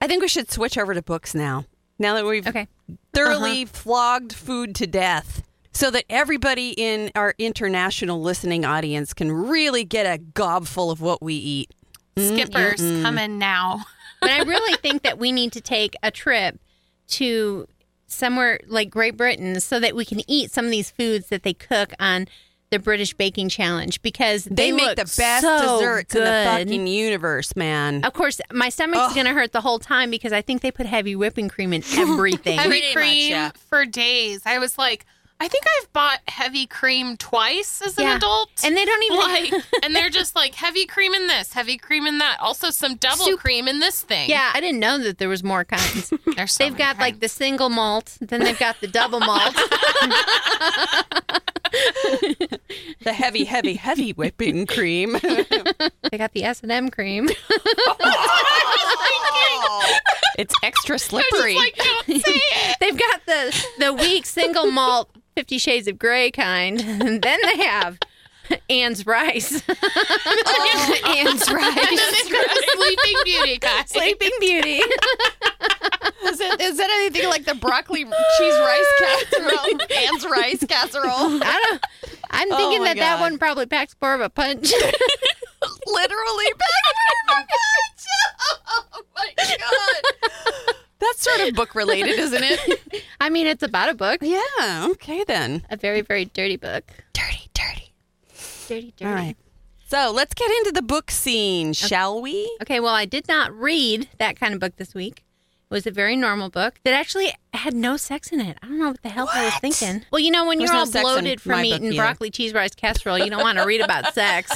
[SPEAKER 3] I think we should switch over to books now. Now that we've
[SPEAKER 5] Okay. Uh-huh.
[SPEAKER 3] thoroughly flogged food to death so that everybody in our international listening audience can really get a gobful of what we eat.
[SPEAKER 4] Skippers come in now.
[SPEAKER 5] But I really think that we need to take a trip to somewhere like Great Britain so that we can eat some of these foods that they cook on the British Baking Challenge because
[SPEAKER 3] They,
[SPEAKER 5] they,
[SPEAKER 3] make
[SPEAKER 5] look
[SPEAKER 3] the best
[SPEAKER 5] so
[SPEAKER 3] desserts
[SPEAKER 5] good. Oh.
[SPEAKER 3] in the fucking universe, man.
[SPEAKER 5] Of course, my stomach's going to hurt the whole time because I think they put heavy whipping cream in everything.
[SPEAKER 4] Heavy
[SPEAKER 3] Pretty much,
[SPEAKER 4] cream
[SPEAKER 3] yeah.
[SPEAKER 4] for days. I was like, I think I've bought heavy cream twice as an
[SPEAKER 5] Yeah.
[SPEAKER 4] adult.
[SPEAKER 5] and they don't even
[SPEAKER 4] like, and they're just like heavy cream in this, heavy cream in that, also some double
[SPEAKER 5] Soup.
[SPEAKER 4] cream in this thing.
[SPEAKER 5] Yeah, I didn't know that there was more kinds.
[SPEAKER 4] There's so
[SPEAKER 5] they've
[SPEAKER 4] many
[SPEAKER 5] got like
[SPEAKER 4] kinds.
[SPEAKER 5] the single malt, then they've got the double malt.
[SPEAKER 3] The heavy, heavy, heavy whipping cream.
[SPEAKER 5] they got the S and M cream.
[SPEAKER 3] it's extra slippery.
[SPEAKER 4] Like, don't say it.
[SPEAKER 5] they've got the the weak single malt Fifty Shades of Grey kind. And then they have Anne's rice,
[SPEAKER 2] Anne's
[SPEAKER 4] And
[SPEAKER 2] right.
[SPEAKER 4] then they've got the Sleeping Beauty guys.
[SPEAKER 5] Sleeping Beauty.
[SPEAKER 6] Is, it, is that anything like the broccoli cheese rice casserole? Anne's rice casserole. Oh
[SPEAKER 5] I don't. I'm thinking
[SPEAKER 3] my
[SPEAKER 5] that that
[SPEAKER 3] God.
[SPEAKER 5] one probably packs more of a punch.
[SPEAKER 6] Literally back Oh my god.
[SPEAKER 3] That's sort of book related, isn't it?
[SPEAKER 5] I mean, it's about a book,
[SPEAKER 3] yeah. Okay, then.
[SPEAKER 5] a very very dirty book.
[SPEAKER 3] Dirty, dirty.
[SPEAKER 5] Dirty, dirty.
[SPEAKER 3] All right. So let's get into the book scene, shall we?
[SPEAKER 5] Okay, well, I did not read that kind of book this week. It was a very normal book that actually had no sex in it. I don't know what the hell I was thinking. Well, you know, when
[SPEAKER 3] There's
[SPEAKER 5] you're
[SPEAKER 3] no
[SPEAKER 5] all
[SPEAKER 3] sex in
[SPEAKER 5] bloated
[SPEAKER 3] my
[SPEAKER 5] from
[SPEAKER 3] book
[SPEAKER 5] eating
[SPEAKER 3] either.
[SPEAKER 5] broccoli cheese rice casserole, you don't want to read about sex.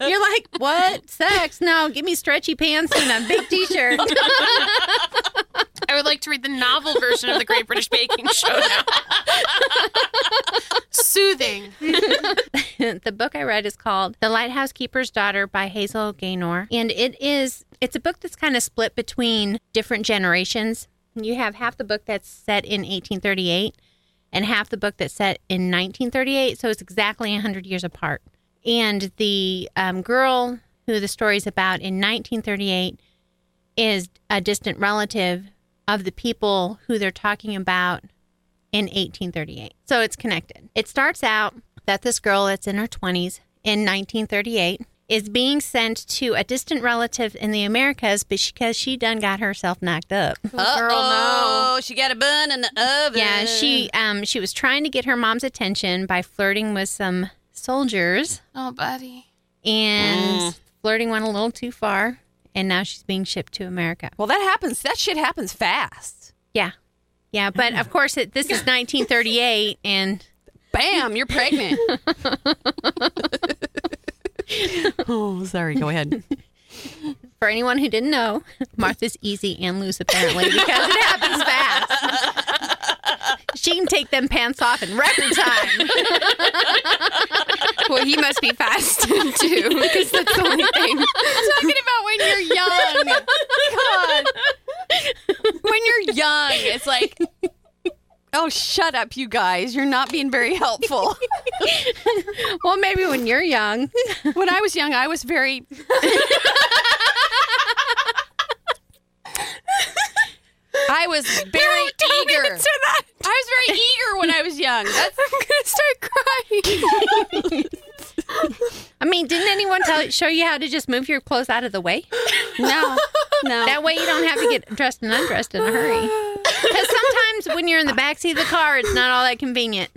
[SPEAKER 5] you're like, what? Sex? No, give me stretchy pants and a big t shirt.
[SPEAKER 4] I would like to read the novel version of the Great British Baking Show now. Soothing.
[SPEAKER 5] the book I read is called The Lighthouse Keeper's Daughter by Hazel Gaynor. And it is it's a book that's kind of split between different generations. You have half the book that's set in 1838 and half the book that's set in 1938, so it's exactly 100 years apart. And the um, girl who the story's about in 1938 is a distant relative of the people who they're talking about in 1838. So it's connected. It starts out that this girl that's in her 20s in 1938 is being sent to a distant relative in the Americas because she done got herself knocked up.
[SPEAKER 3] oh she got a bun in the oven.
[SPEAKER 5] Yeah, she um she was trying to get her mom's attention by flirting with some soldiers
[SPEAKER 4] Oh, buddy.
[SPEAKER 5] and flirting went a little too far and now she's being shipped to America.
[SPEAKER 3] Well, that happens. That shit happens fast.
[SPEAKER 5] Yeah. Yeah, but of course it, this is 1938 and
[SPEAKER 3] Bam, you're pregnant. oh, sorry. Go ahead.
[SPEAKER 5] For anyone who didn't know, Martha's easy and loose apparently because it happens fast. She can take them pants off in record time.
[SPEAKER 2] Well, he must be fast too, because that's the only thing.
[SPEAKER 6] Talking about when you're young. God. When you're young, it's like
[SPEAKER 3] Oh, shut up, you guys. You're not being very helpful.
[SPEAKER 5] well, maybe when you're young.
[SPEAKER 3] when I was young, I was very. I was very eager. I was very eager when I was young. That's, I'm gonna start crying.
[SPEAKER 5] I mean, didn't anyone tell show you how to just move your clothes out of the way?
[SPEAKER 3] No, no.
[SPEAKER 5] That way you don't have to get dressed and undressed in a hurry. Because sometimes when you're in the backseat of the car, it's not all that convenient.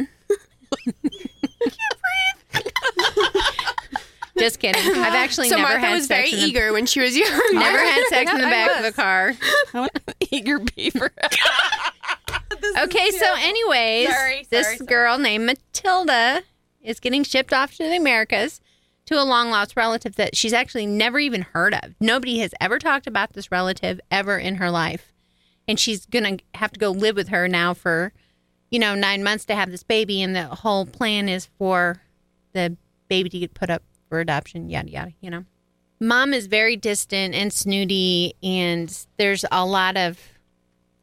[SPEAKER 5] Just kidding. I've actually
[SPEAKER 2] so
[SPEAKER 5] never
[SPEAKER 2] Martha
[SPEAKER 5] had
[SPEAKER 2] was very
[SPEAKER 5] sex in the-
[SPEAKER 2] eager when she was young.
[SPEAKER 5] Never had sex in the
[SPEAKER 3] I
[SPEAKER 5] back of
[SPEAKER 3] was.
[SPEAKER 5] the car.
[SPEAKER 3] I was an eager beaver.
[SPEAKER 5] Okay, so anyways,
[SPEAKER 3] Sorry,
[SPEAKER 5] this
[SPEAKER 3] sorry, sorry.
[SPEAKER 5] girl named Matilda is getting shipped off to the Americas to a long lost relative that she's actually never even heard of. Nobody has ever talked about this relative ever in her life. And she's going to have to go live with her now for, you know, 9 months to have this baby and the whole plan is for the baby to get put up for adoption, yada yada, you know. Mom is very distant and snooty and there's a lot of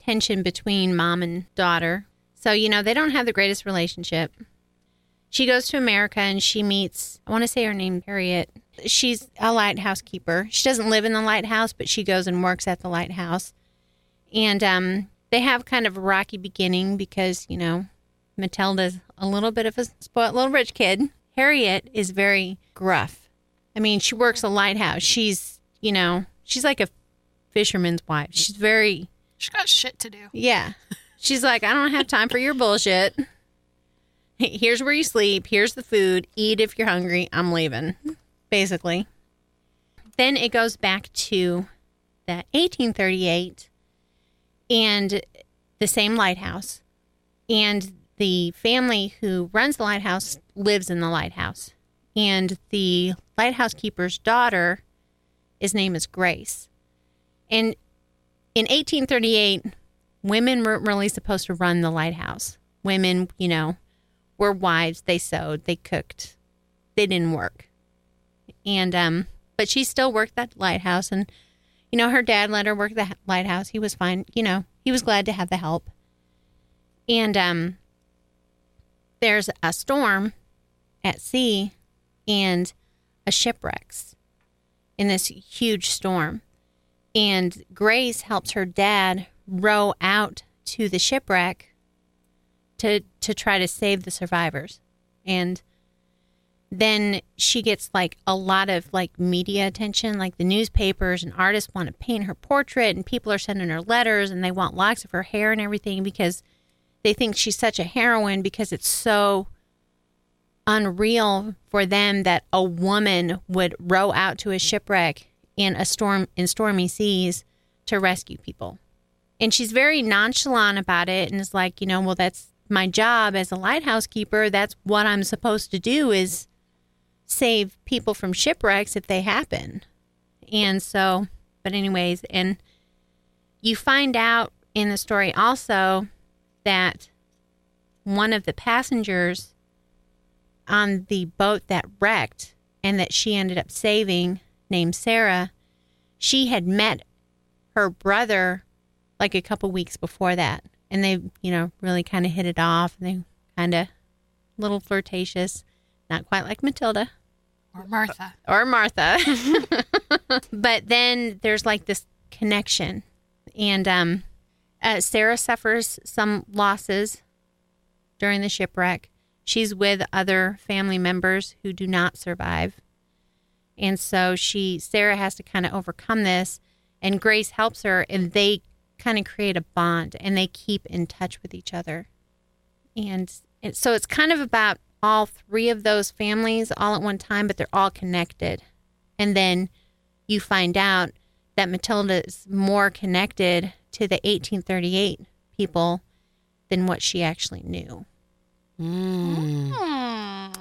[SPEAKER 5] tension between mom and daughter. So, you know, they don't have the greatest relationship. She goes to America and she meets, I want to say her name, Harriet. She's a lighthouse keeper. She doesn't live in the lighthouse, but she goes and works at the lighthouse. And um, they have kind of a rocky beginning because, you know, Matilda's a little bit of a spoiled little rich kid. Harriet is very gruff. I mean, she works a lighthouse. She's, you know, she's like a fisherman's wife. She's very
[SPEAKER 4] She got shit to do.
[SPEAKER 5] yeah. She's like, I don't have time for your bullshit. Here's where you sleep. Here's the food. Eat if you're hungry. I'm leaving, basically. Then it goes back to the 1838 and the same lighthouse. And the family who runs the lighthouse lives in the lighthouse. And the lighthouse keeper's daughter, his name is Grace. And in 1838, women weren't really supposed to run the lighthouse. Women, you know, were wives. They sewed, they cooked, they didn't work. And, um, but she still worked that lighthouse. And, you know, her dad let her work the h- lighthouse. He was fine. You know, he was glad to have the help. And, um, there's a storm at sea and a shipwrecks in this huge storm and Grace helps her dad row out to the shipwreck to to try to save the survivors. And then she gets like a lot of like media attention, like the newspapers and artists want to paint her portrait and people are sending her letters and they want locks of her hair and everything because they think she's such a heroine because it's so unreal for them that a woman would row out to a shipwreck in a storm in stormy seas to rescue people. And she's very nonchalant about it and is like, you know, well that's my job as a lighthouse keeper. That's what I'm supposed to do is save people from shipwrecks if they happen. And so, but anyways, and you find out in the story also that one of the passengers on the boat that wrecked and that she ended up saving, named Sarah, she had met her brother like a couple weeks before that. And they, you know, really kind of hit it off and they kind of little flirtatious, not quite like Matilda
[SPEAKER 4] Or Martha.
[SPEAKER 5] or Martha. but then there's like this connection. And um, uh, Sarah suffers some losses during the shipwreck. She's with other family members who do not survive. And so she, Sarah has to kind of overcome this. And Grace helps her, and they kind of create a bond and they keep in touch with each other and it, so it's kind of about all three of those families all at one time but they're all connected and then you find out that matilda is more connected to the 1838 people than what she actually knew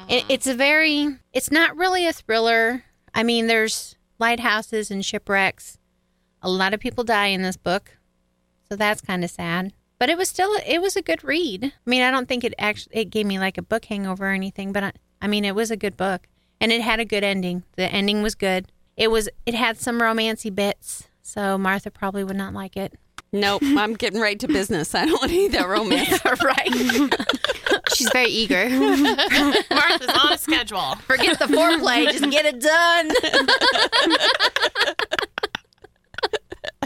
[SPEAKER 5] it, it's a very it's not really a thriller i mean there's lighthouses and shipwrecks a lot of people die in this book so that's kind of sad. But it was still it was a good read. I mean, I don't think it actually it gave me like a book hangover or anything, but I, I mean, it was a good book and it had a good ending. The ending was good. It was it had some romancy bits, so Martha probably would not like it.
[SPEAKER 3] Nope, I'm getting right to business. I don't want any of that romance.
[SPEAKER 5] right.
[SPEAKER 2] She's very eager.
[SPEAKER 4] Martha's on a schedule.
[SPEAKER 5] Forget the foreplay. Just get it done.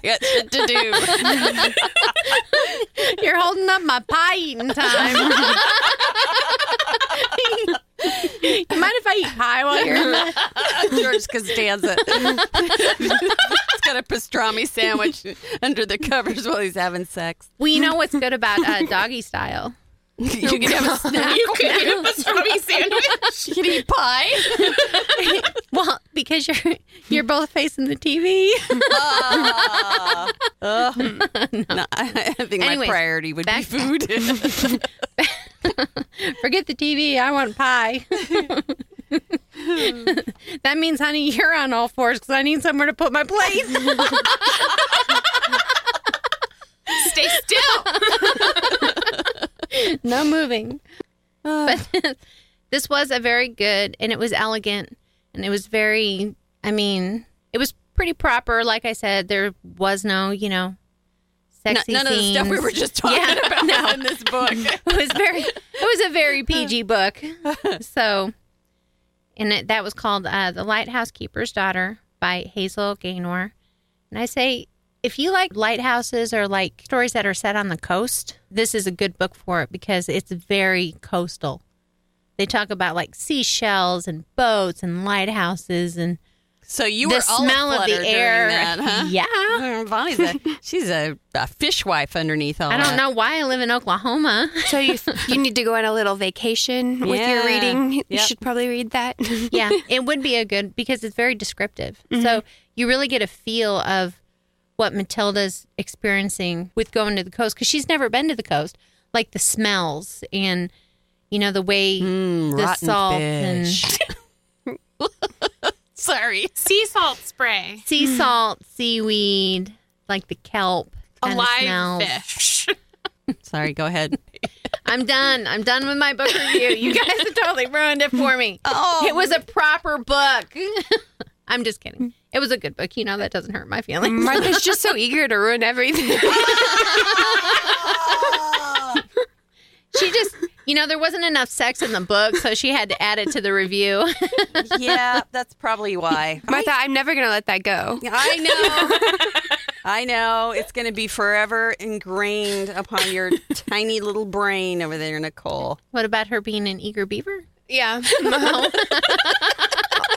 [SPEAKER 3] I got shit to do.
[SPEAKER 5] You're holding up my pie eating time. you mind if I eat pie while you're in that?
[SPEAKER 3] George Costanza. He's got a pastrami sandwich under the covers while he's having sex.
[SPEAKER 5] Well, you know what's good about uh, doggy style?
[SPEAKER 3] You can have a snack.
[SPEAKER 4] You could eat a pastrami sandwich.
[SPEAKER 6] Can eat pie?
[SPEAKER 5] Well, because you're you're both facing the TV.
[SPEAKER 3] Oh. No, I, I think
[SPEAKER 5] Anyways,
[SPEAKER 3] my priority would
[SPEAKER 5] back-
[SPEAKER 3] be food.
[SPEAKER 5] Forget the TV. I want pie. that means, honey, you're on all fours because I need somewhere to put my plate.
[SPEAKER 4] Stay still.
[SPEAKER 5] no moving.
[SPEAKER 3] Ah.
[SPEAKER 5] But this was a very good, and it was elegant, and it was very, I mean, it was pretty proper. Like I said, there was no, you know,
[SPEAKER 3] No-
[SPEAKER 5] sexy
[SPEAKER 3] None of the stuff we
[SPEAKER 5] scenes.
[SPEAKER 3] were just talking
[SPEAKER 5] Yeah,
[SPEAKER 3] about
[SPEAKER 5] no.
[SPEAKER 3] in this book.
[SPEAKER 5] it was very it was a very PG book. So and it, that was called uh, The Lighthouse Keeper's Daughter by Hazel Gaynor. And I say if you like lighthouses or like stories that are set on the coast, this is a good book for it because it's very coastal. They talk about like seashells and boats and lighthouses and
[SPEAKER 3] So you
[SPEAKER 5] the
[SPEAKER 3] were all
[SPEAKER 5] smell of
[SPEAKER 3] aflutter
[SPEAKER 5] the
[SPEAKER 3] during
[SPEAKER 5] air.
[SPEAKER 3] that, huh?
[SPEAKER 5] Yeah.
[SPEAKER 3] Mm, Bonnie's a she's a, a fishwife underneath all.
[SPEAKER 5] I don't
[SPEAKER 3] that.
[SPEAKER 5] know why I live in Oklahoma.
[SPEAKER 2] So you you need to go on a little vacation with your
[SPEAKER 3] Yeah.
[SPEAKER 2] reading. You
[SPEAKER 3] Yep.
[SPEAKER 2] should probably read that.
[SPEAKER 5] yeah, it would be a good because it's very descriptive.
[SPEAKER 3] Mm-hmm.
[SPEAKER 5] So you really get a feel of what Matilda's experiencing with going to the coast because she's never been to the coast, like the smells and you know the way
[SPEAKER 3] Mm,
[SPEAKER 5] the
[SPEAKER 3] rotten
[SPEAKER 5] salt
[SPEAKER 3] fish.
[SPEAKER 5] and
[SPEAKER 3] Sorry.
[SPEAKER 4] Sea salt spray.
[SPEAKER 3] Mm.
[SPEAKER 5] sea salt, seaweed, like the kelp, kinda
[SPEAKER 4] Alive
[SPEAKER 5] smells.
[SPEAKER 4] fish.
[SPEAKER 3] Sorry. Go ahead.
[SPEAKER 5] I'm done. I'm done with my book review. You guys have totally ruined it for me.
[SPEAKER 3] Oh.
[SPEAKER 5] It was a proper book. I'm just kidding. It was a good book. You know that doesn't hurt my feelings.
[SPEAKER 2] Martha's just so eager to ruin everything.
[SPEAKER 5] she just you know there wasn't enough sex in the book so she had to add it to the review
[SPEAKER 3] yeah, that's probably why.
[SPEAKER 2] Martha, I'm never going to let that go.
[SPEAKER 3] I know. I know. It's going to be forever ingrained upon your tiny little brain over there, Nicole.
[SPEAKER 5] what about her being an eager beaver
[SPEAKER 2] Yeah. I'll,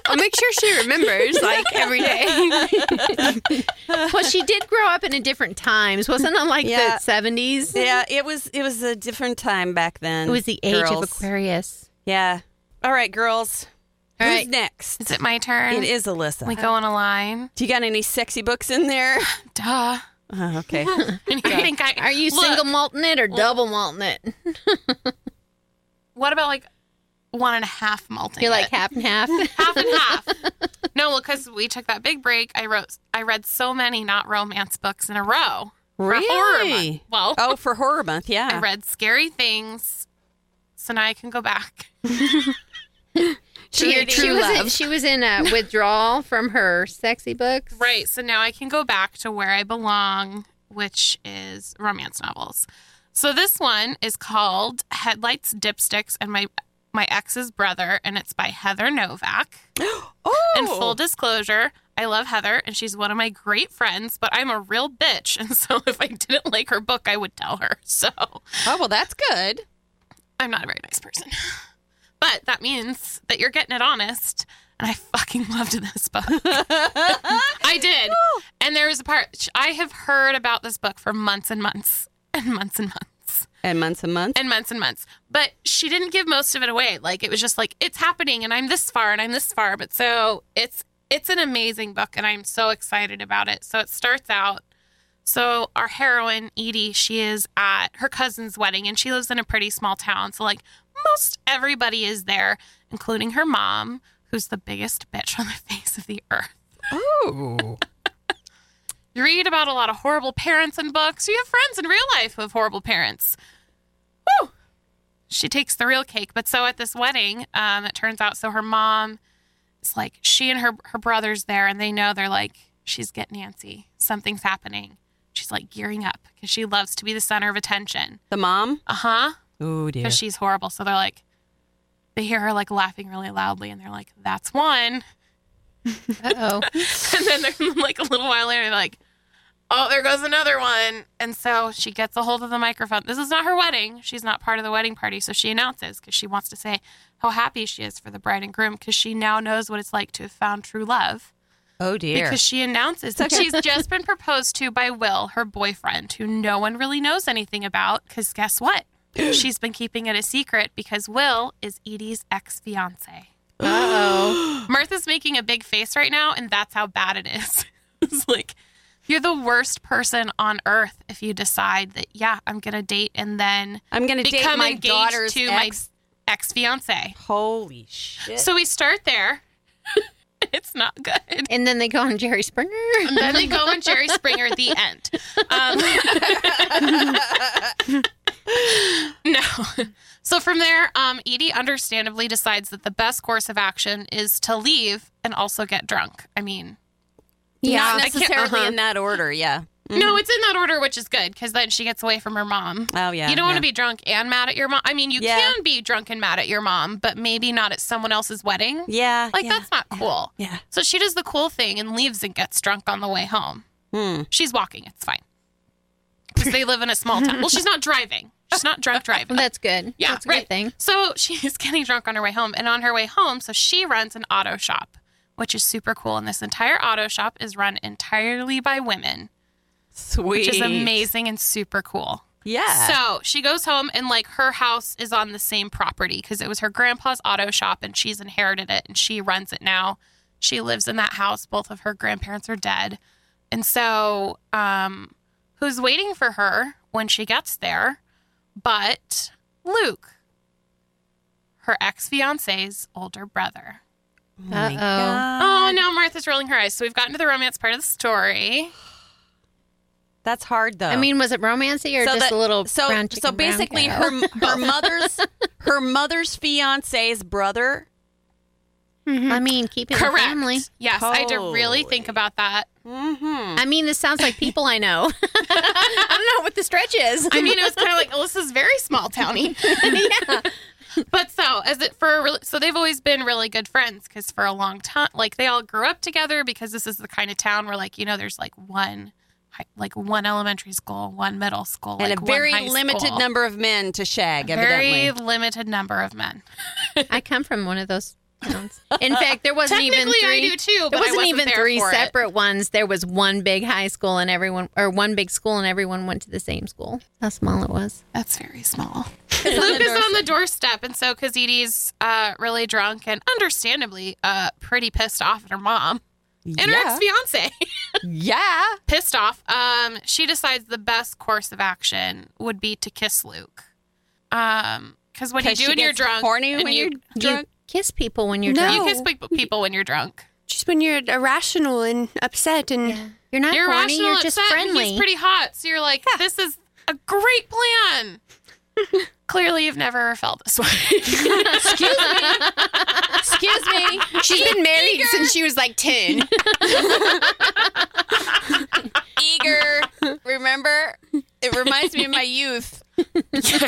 [SPEAKER 2] I'll make sure she remembers like every day.
[SPEAKER 5] well she did grow up in a different times wasn't it like
[SPEAKER 3] Yeah.
[SPEAKER 5] the 70s
[SPEAKER 3] Yeah, it was it was a different time back then.
[SPEAKER 5] it was the age of
[SPEAKER 3] girls.
[SPEAKER 5] aquarius
[SPEAKER 3] Yeah. All right, girls.
[SPEAKER 5] All
[SPEAKER 3] Who's
[SPEAKER 5] right.
[SPEAKER 3] next?
[SPEAKER 4] Is it my turn?
[SPEAKER 3] It is Alyssa.
[SPEAKER 4] We go on a line.
[SPEAKER 3] Do you got any sexy books in there?
[SPEAKER 4] Duh.
[SPEAKER 3] Oh, okay.
[SPEAKER 4] And you think I
[SPEAKER 5] are you
[SPEAKER 4] Look,
[SPEAKER 5] single malting it or double malting it
[SPEAKER 4] What about like one and a half malting?
[SPEAKER 5] you're like
[SPEAKER 4] it?
[SPEAKER 5] half and half
[SPEAKER 4] half and half. No, well, because we took that big break, I wrote, I read so many not romance books in a row. For horror month.
[SPEAKER 3] Really?
[SPEAKER 4] Well,
[SPEAKER 3] Oh, for horror month, yeah.
[SPEAKER 4] I read scary things, so now I can go back.
[SPEAKER 5] she,
[SPEAKER 4] your
[SPEAKER 5] she
[SPEAKER 4] true
[SPEAKER 5] was in,
[SPEAKER 4] love.
[SPEAKER 5] she was in a withdrawal from her sexy books
[SPEAKER 4] Right. So now I can go back to where I belong, which is romance novels. So this one is called Headlights, Dipsticks, and My My Ex's Brother, and it's by Heather Novak.
[SPEAKER 3] Oh,
[SPEAKER 4] And full disclosure, I love Heather and she's one of my great friends, but I'm a real bitch. And so if I didn't like her book, I would tell her. So
[SPEAKER 3] oh well, that's good.
[SPEAKER 4] I'm not a very nice person. But that means that you're getting it honest. And I fucking loved this book. I did. And there was a part I have heard about this book for months and months and months and months
[SPEAKER 3] And months and months.
[SPEAKER 4] and months and months. But she didn't give most of it away. Like it was just like it's happening and I'm this far and I'm this far. But so it's it's an amazing book and I'm so excited about it. So it starts out so our heroine Edie, she is at her cousin's wedding and she lives in a pretty small town. So like most everybody is there, including her mom, who's the biggest bitch on the face of the earth.
[SPEAKER 3] Oh,
[SPEAKER 4] You read about a lot of horrible parents in books. You have friends in real life who have horrible parents. Woo! She takes the real cake. But so at this wedding, um, it turns out so her mom is like she and her her brother's there, and they know they're like she's getting Nancy. Something's happening. she's like gearing up because she loves to be the center of attention.
[SPEAKER 3] The mom?
[SPEAKER 4] Uh huh.
[SPEAKER 3] Oh dear.
[SPEAKER 4] Because she's horrible. So they're like, they hear her like laughing really loudly, and they're like, "That's one."
[SPEAKER 5] Uh oh.
[SPEAKER 4] And then they're like a little while later, they're like, "Oh, there goes another one." And so she gets a hold of the microphone. This is not her wedding. She's not part of the wedding party, so she announces because she wants to say how happy she is for the bride and groom because she now knows what it's like to have found true love.
[SPEAKER 3] oh dear.
[SPEAKER 4] Because she announces that she's just been proposed to by Will, her boyfriend, who no one really knows anything about. Because guess what? she's been keeping it a secret because Will is Edie's ex fiance. Oh. Mirtha's making a big face right now, and that's how bad it is. it's like, you're the worst person on earth if you decide that, yeah, I'm going to date and then
[SPEAKER 3] I'm gonna date
[SPEAKER 4] become
[SPEAKER 3] my
[SPEAKER 4] engaged
[SPEAKER 3] daughter's
[SPEAKER 4] to
[SPEAKER 3] ex.
[SPEAKER 4] my ex fiance.
[SPEAKER 3] Holy shit.
[SPEAKER 4] So we start there. it's not good.
[SPEAKER 5] And then they go on Jerry Springer.
[SPEAKER 4] Then they go on Jerry Springer at the end. Um, no. So from there, um, Edie understandably decides that the best course of action is to leave and also get drunk. I mean,
[SPEAKER 3] Not
[SPEAKER 4] I can't-
[SPEAKER 3] necessarily
[SPEAKER 4] uh-huh.
[SPEAKER 3] in that order, yeah.
[SPEAKER 4] no, it's in that order, which is good because then she gets away from her mom.
[SPEAKER 3] Oh yeah.
[SPEAKER 4] you don't want
[SPEAKER 3] yeah.
[SPEAKER 4] to be drunk and mad at your mom. I mean, you
[SPEAKER 3] Yeah.
[SPEAKER 4] can be drunk and mad at your mom, but maybe not at someone else's wedding.
[SPEAKER 3] Yeah.
[SPEAKER 4] Like,
[SPEAKER 3] yeah,
[SPEAKER 4] that's not cool.
[SPEAKER 3] Yeah.
[SPEAKER 4] So she does the cool thing and leaves and gets drunk on the way home.
[SPEAKER 5] Hmm.
[SPEAKER 4] She's walking. It's fine. 'Cause they live in a small town. Well, she's not driving. She's not drunk driving.
[SPEAKER 5] Well, that's good.
[SPEAKER 4] yeah,
[SPEAKER 5] That's a
[SPEAKER 4] right.
[SPEAKER 5] good thing.
[SPEAKER 4] So she's getting drunk on her way home. And on her way home, so she runs an auto shop, which is super cool. And this entire auto shop is run entirely by women,
[SPEAKER 3] Sweet.
[SPEAKER 4] which is amazing and super cool.
[SPEAKER 3] Yeah.
[SPEAKER 4] So she goes home and like her house is on the same property because it was her grandpa's auto shop and she's inherited it and she runs it now. She lives in that house. Both of her grandparents are dead. And so um who's waiting for her when she gets there? But Luke, her ex fiance's older brother.
[SPEAKER 5] Uh oh.
[SPEAKER 4] Oh no, Martha's rolling her eyes. So we've gotten to the romance part of the story.
[SPEAKER 3] That's hard though.
[SPEAKER 5] I mean, was it romancy or just
[SPEAKER 3] that-
[SPEAKER 5] a little
[SPEAKER 3] so
[SPEAKER 5] brown
[SPEAKER 3] so
[SPEAKER 5] chicken, brown
[SPEAKER 3] basically
[SPEAKER 5] cow?
[SPEAKER 3] her her mother's her mother's fiance's brother.
[SPEAKER 5] I mean, keeping the
[SPEAKER 4] Correct.
[SPEAKER 5] family.
[SPEAKER 4] Yes, I had to really think about that.
[SPEAKER 5] I mean, this sounds like people I know. I don't know what the stretch is.
[SPEAKER 4] I mean, it was kind of like, oh, this is very small towny. But so, as it for a really- so they've always been really good friends because for a long time, like they all grew up together because this is the kind of town where like you know there's like one, hi- like one elementary school, one middle school,
[SPEAKER 3] And
[SPEAKER 4] like,
[SPEAKER 3] a
[SPEAKER 4] one
[SPEAKER 3] very
[SPEAKER 4] high
[SPEAKER 3] limited
[SPEAKER 4] school.
[SPEAKER 3] number of men to shag,
[SPEAKER 4] Very
[SPEAKER 3] evidently.
[SPEAKER 4] limited number of men.
[SPEAKER 5] I come from one of those towns. In fact, there wasn't even
[SPEAKER 4] Technically, I
[SPEAKER 5] three.
[SPEAKER 4] do too, but I
[SPEAKER 5] there wasn't
[SPEAKER 4] wasn't
[SPEAKER 5] even
[SPEAKER 4] there
[SPEAKER 5] three
[SPEAKER 4] for it.
[SPEAKER 5] separate ones. There was one big high school, and everyone, or one big school, and everyone went to the same school. How small it was.
[SPEAKER 4] That's very small. Luke is on the doorstep, and so Kaziti's uh, really drunk and understandably uh, pretty pissed off at her mom and her
[SPEAKER 3] yeah.
[SPEAKER 4] ex fiance.
[SPEAKER 3] yeah.
[SPEAKER 4] pissed off, um, she decides the best course of action would be to kiss Luke. Um, because when you
[SPEAKER 3] 'Cause
[SPEAKER 4] do
[SPEAKER 3] she
[SPEAKER 4] when you're
[SPEAKER 3] gets
[SPEAKER 4] drunk,
[SPEAKER 3] horny
[SPEAKER 4] and
[SPEAKER 3] when
[SPEAKER 4] you,
[SPEAKER 3] you're drunk.
[SPEAKER 5] You kiss people when you're
[SPEAKER 2] No.
[SPEAKER 5] drunk.
[SPEAKER 4] you kiss pe- people when you're drunk.
[SPEAKER 2] Just when you're irrational and upset and
[SPEAKER 5] You're not
[SPEAKER 4] You're
[SPEAKER 5] horny.
[SPEAKER 4] rational,
[SPEAKER 5] You're just
[SPEAKER 4] upset, and
[SPEAKER 5] friendly.
[SPEAKER 4] he's pretty hot. So you're like, this is a great plan. Clearly, you've never felt this way.
[SPEAKER 5] Excuse me.
[SPEAKER 2] she's been married since she was like 10.
[SPEAKER 6] Eager. Remember? It reminds me of my youth.
[SPEAKER 4] so here's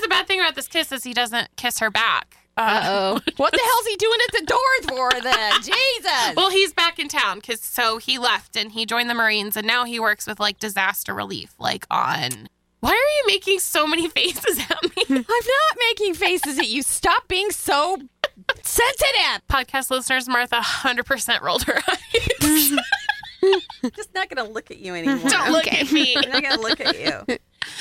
[SPEAKER 4] the bad thing about this kiss is he doesn't kiss her back. Uh,
[SPEAKER 5] Oh,
[SPEAKER 6] What the hell's he doing at the door for then? Jesus.
[SPEAKER 4] Well, he's back in town because so he left and he joined the Marines and now he works with like disaster relief, like on. Why are you making so many faces at me?
[SPEAKER 6] I'm not making faces at you. Stop being so sensitive.
[SPEAKER 4] Podcast listeners, Martha 100% rolled her eyes.
[SPEAKER 3] just not gonna look at you anymore.
[SPEAKER 4] Don't look at me.
[SPEAKER 3] I'm not gonna look at you.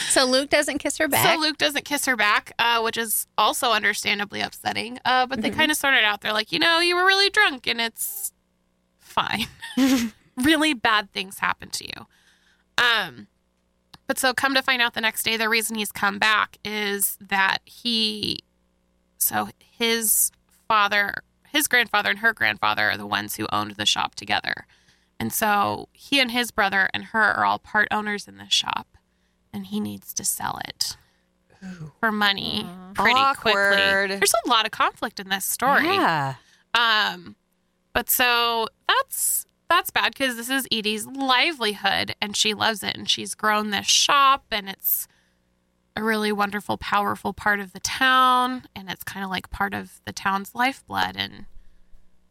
[SPEAKER 5] so Luke doesn't kiss her back.
[SPEAKER 4] So Luke doesn't kiss her back, uh, which is also understandably upsetting. Uh, but they kind of sorted it out. They're like, you know, you were really drunk, and it's fine. really bad things happen to you. Um, but so come to find out, the next day, the reason he's come back is that he, so his father, his grandfather, and her grandfather are the ones who owned the shop together. And so he and his brother and her are all part owners in this shop, and he needs to sell it for money pretty
[SPEAKER 3] Awkward.
[SPEAKER 4] quickly. There's a lot of conflict in this story.
[SPEAKER 3] Yeah.
[SPEAKER 4] Um, but so that's that's bad because this is Edie's livelihood and she loves it and she's grown this shop and it's a really wonderful, powerful part of the town and it's kind of like part of the town's lifeblood. And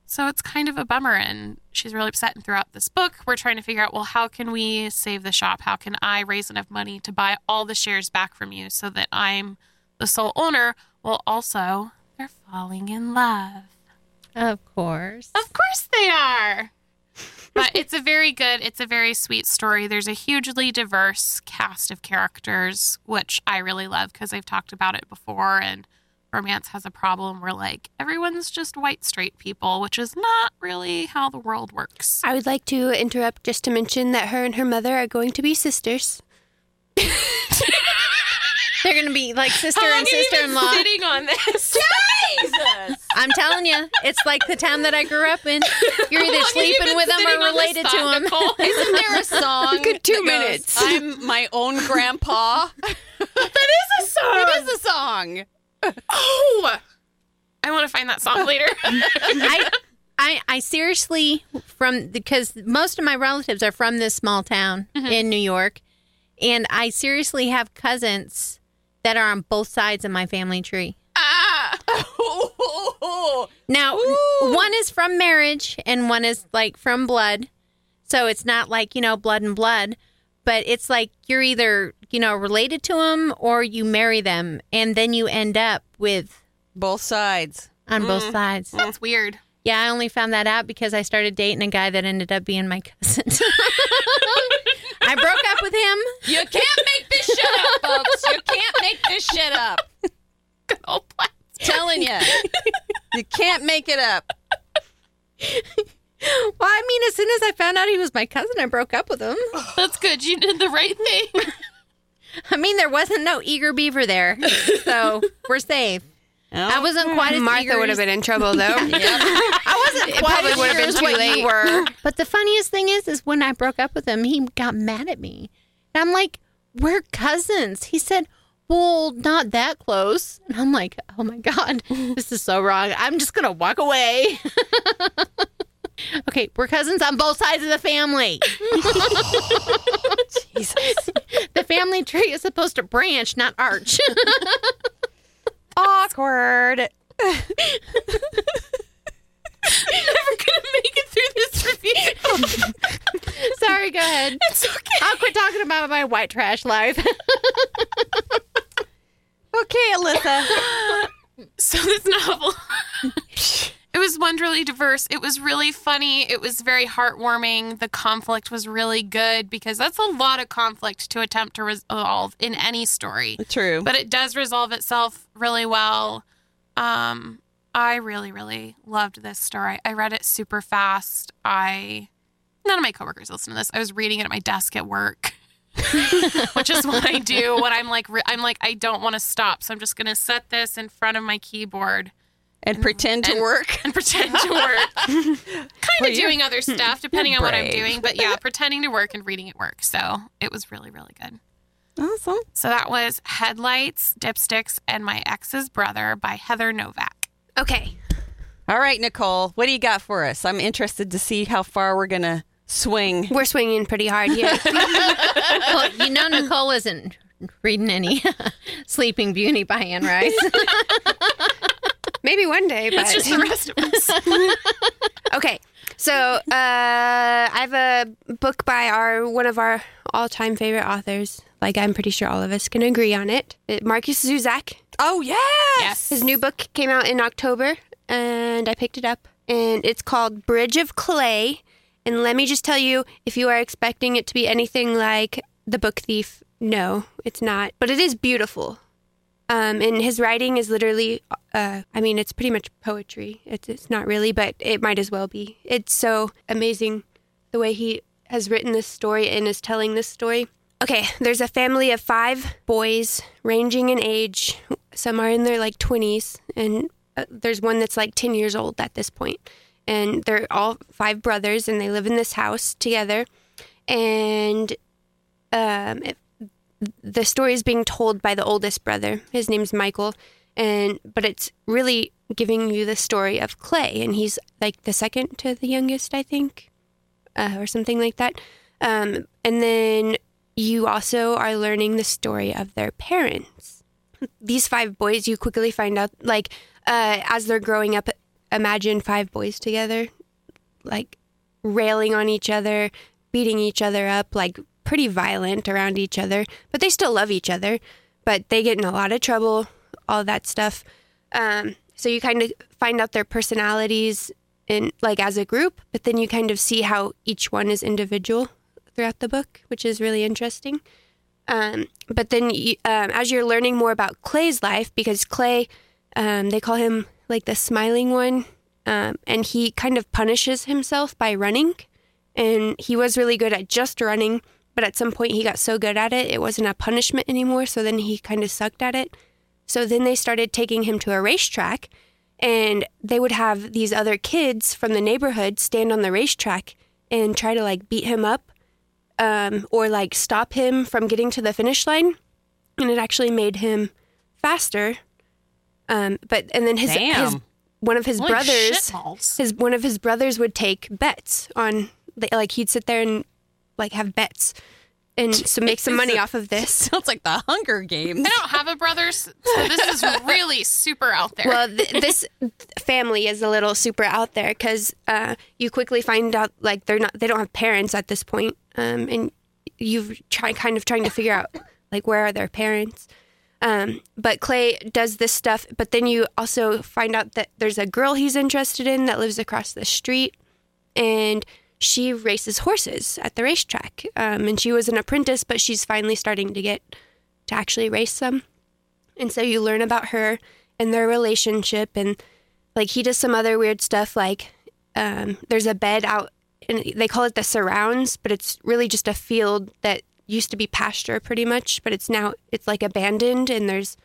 [SPEAKER 4] so it's kind of a bummer and she's really upset. And throughout this book, we're trying to figure out well, how can we save the shop? How can I raise enough money to buy all the shares back from you so that I'm the sole owner? Well, also, they're falling in love.
[SPEAKER 5] Of course.
[SPEAKER 4] Of course they are. But it's a very good, it's a very sweet story. There's a hugely diverse cast of characters, which I really love because I've talked about it before. And romance has a problem where, like, everyone's just white, straight people, which is not really how the world works.
[SPEAKER 2] I would like to interrupt just to mention that her and her mother are going to be sisters.
[SPEAKER 5] They're going to be like sister and sister in law.
[SPEAKER 4] sitting on this?
[SPEAKER 5] I'm telling you, it's like the town that I grew up in. You're either sleeping with them or related to them.
[SPEAKER 6] Isn't there a song?
[SPEAKER 3] Good two
[SPEAKER 6] that goes,
[SPEAKER 3] minutes.
[SPEAKER 6] I'm my own grandpa.
[SPEAKER 4] That is a song.
[SPEAKER 6] it is a song.
[SPEAKER 4] Oh, I want to find that song later.
[SPEAKER 5] I, I, I seriously from because most of my relatives are from this small town in New York, and I seriously have cousins that are on both sides of my family tree. Now, one is from marriage and one is like from blood. So it's not like, you know, blood and blood, but it's like you're either, you know, related to them or you marry them and then you end up with
[SPEAKER 3] Both sides.
[SPEAKER 5] on both sides.
[SPEAKER 4] That's weird.
[SPEAKER 5] Yeah, I only found that out because I started dating a guy that ended up being my cousin. I broke up with him.
[SPEAKER 6] You can't make this shit up, folks. You can't make this shit up.
[SPEAKER 4] Good old black.
[SPEAKER 6] Telling you. You can't make it up.
[SPEAKER 5] Well, I mean, as soon as I found out he was my cousin, I broke up with him.
[SPEAKER 4] That's good. You did the right thing.
[SPEAKER 5] I mean, there wasn't no eager beaver there. So we're safe. I wasn't quite as
[SPEAKER 2] Martha
[SPEAKER 5] eager
[SPEAKER 2] would
[SPEAKER 5] as-
[SPEAKER 2] have been in trouble though.
[SPEAKER 5] I wasn't
[SPEAKER 2] It probably would have been too late.
[SPEAKER 5] But the funniest thing is, is when I broke up with him, he got mad at me. And I'm like, we're cousins. He said, well, not that close. And I'm like, oh my God, this is so wrong. I'm just going to walk away. okay, we're cousins on both sides of the family.
[SPEAKER 3] Jesus.
[SPEAKER 5] The family tree is supposed to branch, not arch.
[SPEAKER 3] Awkward.
[SPEAKER 5] Sorry, go ahead. It's okay. I'll quit talking about my white trash life.
[SPEAKER 3] Okay, Alyssa.
[SPEAKER 4] so this novel it was wonderfully diverse it was really funny it was very heartwarming the conflict was really good because that's a lot of conflict to attempt to resolve in any story
[SPEAKER 3] True.
[SPEAKER 4] but it does resolve itself really well um i really really loved this story i read it super fast i none of my coworkers listen to this i was reading it at my desk at work which is what I do when I'm like re- I'm like I don't want to stop, so I'm just gonna set this in front of my keyboard
[SPEAKER 3] and pretend to work.
[SPEAKER 4] and pretend to work. kind
[SPEAKER 3] Well,
[SPEAKER 4] of
[SPEAKER 3] you're-
[SPEAKER 4] doing other stuff depending on what I'm
[SPEAKER 3] brave.
[SPEAKER 4] doing, but yeah, pretending to work and reading at work. So it was really really good.
[SPEAKER 3] Awesome.
[SPEAKER 4] So that was Headlights, Dipsticks, and My Ex's Brother by Heather Novak.
[SPEAKER 2] Okay.
[SPEAKER 3] All right, Nicole, what do you got for us? I'm interested to see how far we're going to swing.
[SPEAKER 2] We're swinging pretty hard here.
[SPEAKER 5] well, you know, Nicole isn't reading any Sleeping Beauty by Anne Rice.
[SPEAKER 2] Maybe one day, but
[SPEAKER 4] It's just the rest of us.
[SPEAKER 2] okay. So uh, I have a book by our one of our all-time favorite authors. Like I'm pretty sure all of us can agree on it. Uh, Marcus Zuzak.
[SPEAKER 3] Oh, yes.
[SPEAKER 4] yes.
[SPEAKER 2] His new book came out in October, and I picked it up, and it's called Bridge of Clay. And let me just tell you, if you are expecting it to be anything like The Book Thief, no, it's not. But it is beautiful. Um, and his writing is literally, uh, I mean, it's pretty much poetry. It's, it's not really, but it might as well be. It's so amazing the way he has written this story and is telling this story. Okay, there's a family of five boys ranging in age. Some are in their like 20s, and uh, there's one that's like 10 years old at this point. And they're all five brothers, and they live in this house together. And um, it, the story is being told by the oldest brother. His name's Michael, and but it's really giving you the story of Clay, and he's like the second to the youngest, I think. uh, or something like that. Um, and then you also are learning the story of their parents. These five boys, you quickly find out, like, uh, as they're growing up, imagine five boys together, like, railing on each other, beating each other up, like, pretty violent around each other, but they still love each other, but they get in a lot of trouble, all that stuff. Um, so you kind of find out their personalities in like as a group, but then you kind of see how each one is individual throughout the book, which is really interesting. Um, but then you, um, as you're learning more about Clay's life, because Clay, um, they call him like the smiling one, um, and he kind of punishes himself by running. And he was really good at just running, but at some point he got so good at it, it wasn't a punishment anymore. So then he kind of sucked at it. So then they started taking him to a racetrack, and they would have these other kids from the neighborhood stand on the racetrack and try to like beat him up um, or like stop him from getting to the finish line. And it actually made him faster. Um, but and then his, his
[SPEAKER 3] Damn.
[SPEAKER 2] one of his
[SPEAKER 4] Holy
[SPEAKER 2] brothers
[SPEAKER 4] shitballs.
[SPEAKER 2] his one of his brothers would take bets on like he'd sit there and like have bets and so make some money off of this
[SPEAKER 3] Sounds like the Hunger Games.
[SPEAKER 4] I don't have a brother, so this is really super out there.
[SPEAKER 2] Well, th- this family is a little super out there because uh, you quickly find out like they're not they don't have parents at this point, um, and you try kind of trying to figure out like where are their parents. Um, but Clay does this stuff, but then you also find out that there's a girl he's interested in that lives across the street, and she races horses at the racetrack. Um, and she was an apprentice, but she's finally starting to get to actually race some. And so you learn about her and their relationship. And like he does some other weird stuff, like um, there's a bed out, and they call it the surrounds, but it's really just a field that used to be pasture pretty much, but it's now, it's like abandoned and there's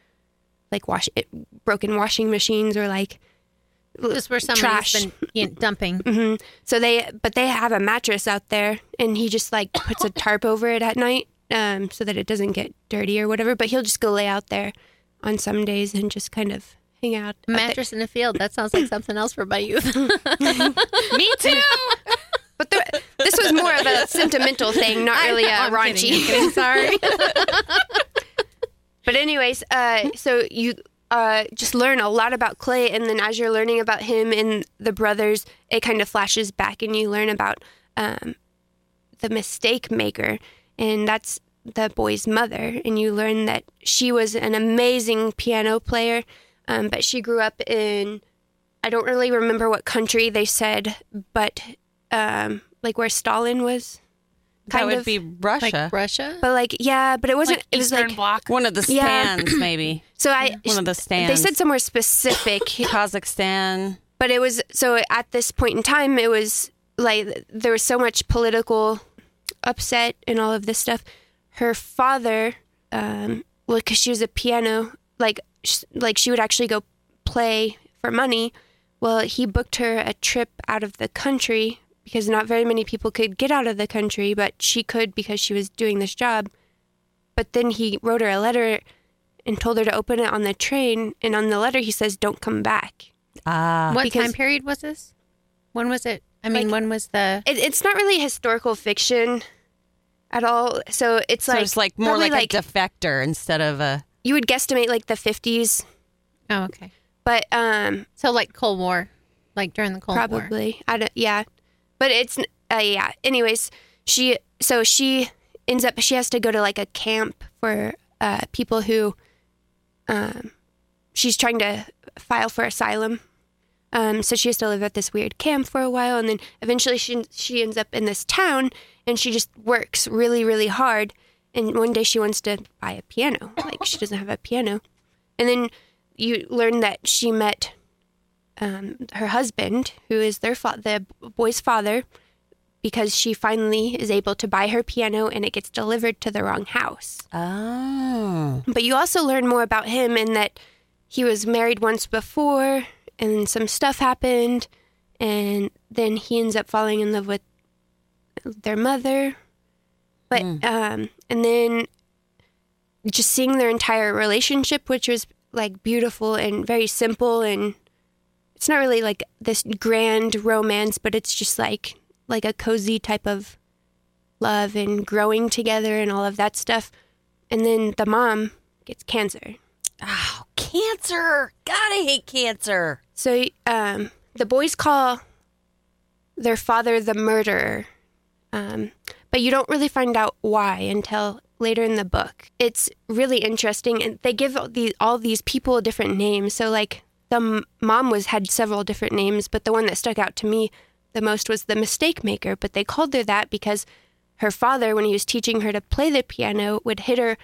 [SPEAKER 2] like wash it, broken washing machines or like
[SPEAKER 5] Just where somebody's
[SPEAKER 2] Trash.
[SPEAKER 5] been you know, dumping.
[SPEAKER 2] So they, but they have a mattress out there, and he just like puts a tarp over it at night, um, so that it doesn't get dirty or whatever. But he'll just go lay out there on some days and just kind of hang out.
[SPEAKER 5] A mattress in the field. That sounds like something else for my youth.
[SPEAKER 4] Me too.
[SPEAKER 2] But the, this was more of a sentimental thing, not really a
[SPEAKER 5] I'm
[SPEAKER 2] raunchy.
[SPEAKER 5] kidding, I'm kidding, sorry.
[SPEAKER 2] But anyways, uh, so you uh, just learn a lot about Clay, and then as you're learning about him and the brothers, it kind of flashes back, and you learn about um, the mistake maker, and that's the boy's mother, and you learn that she was an amazing piano player, um, but she grew up in I don't really remember what country they said, but um, like where Stalin was,
[SPEAKER 3] that
[SPEAKER 2] kind
[SPEAKER 3] would
[SPEAKER 2] of.
[SPEAKER 3] be Russia.
[SPEAKER 5] Russia?
[SPEAKER 2] but like yeah, but it wasn't.
[SPEAKER 4] Like
[SPEAKER 2] it was
[SPEAKER 4] Eastern
[SPEAKER 2] like
[SPEAKER 4] Bloc.
[SPEAKER 3] One of the
[SPEAKER 2] Yeah.
[SPEAKER 3] stands, maybe.
[SPEAKER 2] so I
[SPEAKER 3] One of the
[SPEAKER 2] they
[SPEAKER 3] stands.
[SPEAKER 2] said somewhere specific,
[SPEAKER 3] Kazakhstan.
[SPEAKER 2] but it was so at this point in time, it was like there was so much political upset and all of this stuff. Her father, um, well, because she was a piano, like sh- like she would actually go play for money. Well, he booked her a trip out of the country because not very many people could get out of the country, but she could because she was doing this job. But then he wrote her a letter and told her to open it on the train. And on the letter, he says, "Don't come back."
[SPEAKER 3] Ah.
[SPEAKER 5] what
[SPEAKER 2] because-
[SPEAKER 5] time period was this? When was it? I mean, when was the.
[SPEAKER 2] it, it's not really historical fiction at all. So it's
[SPEAKER 3] So
[SPEAKER 2] like
[SPEAKER 3] it's like more
[SPEAKER 2] probably
[SPEAKER 3] like, a defector instead of a.
[SPEAKER 2] you would guesstimate like the fifties,
[SPEAKER 5] Oh, okay.
[SPEAKER 2] but um
[SPEAKER 5] So, like Cold War, like during the Cold War.
[SPEAKER 2] probably I don't yeah, but it's n- uh, yeah. Anyways, she so she ends up she has to go to like a camp for uh, people who um she's trying to file for asylum. Um, so she has to live at this weird camp for a while, and then eventually she she ends up in this town, and she just works really really hard. And one day she wants to buy a piano, like she doesn't have a piano. And then you learn that she met um, her husband, who is their fa- the boy's father, because she finally is able to buy her piano, and it gets delivered to the wrong house.
[SPEAKER 3] Oh.
[SPEAKER 2] But you also learn more about him in that he was married once before, and some stuff happened, and then he ends up falling in love with their mother. But um, and then just seeing their entire relationship, which was like beautiful and very simple, and it's not really like this grand romance, but it's just like like a cozy type of love and growing together and all of that stuff. And then the mom gets cancer.
[SPEAKER 3] Oh, cancer. God, I hate cancer.
[SPEAKER 2] So um, the boys call their father the murderer, um, but you don't really find out why until later in the book. It's really interesting, and they give all these, all these people different names. So like the m- mom was had several different names, but the one that stuck out to me the most was the mistake maker. But they called her that because her father, when he was teaching her to play the piano, would hit her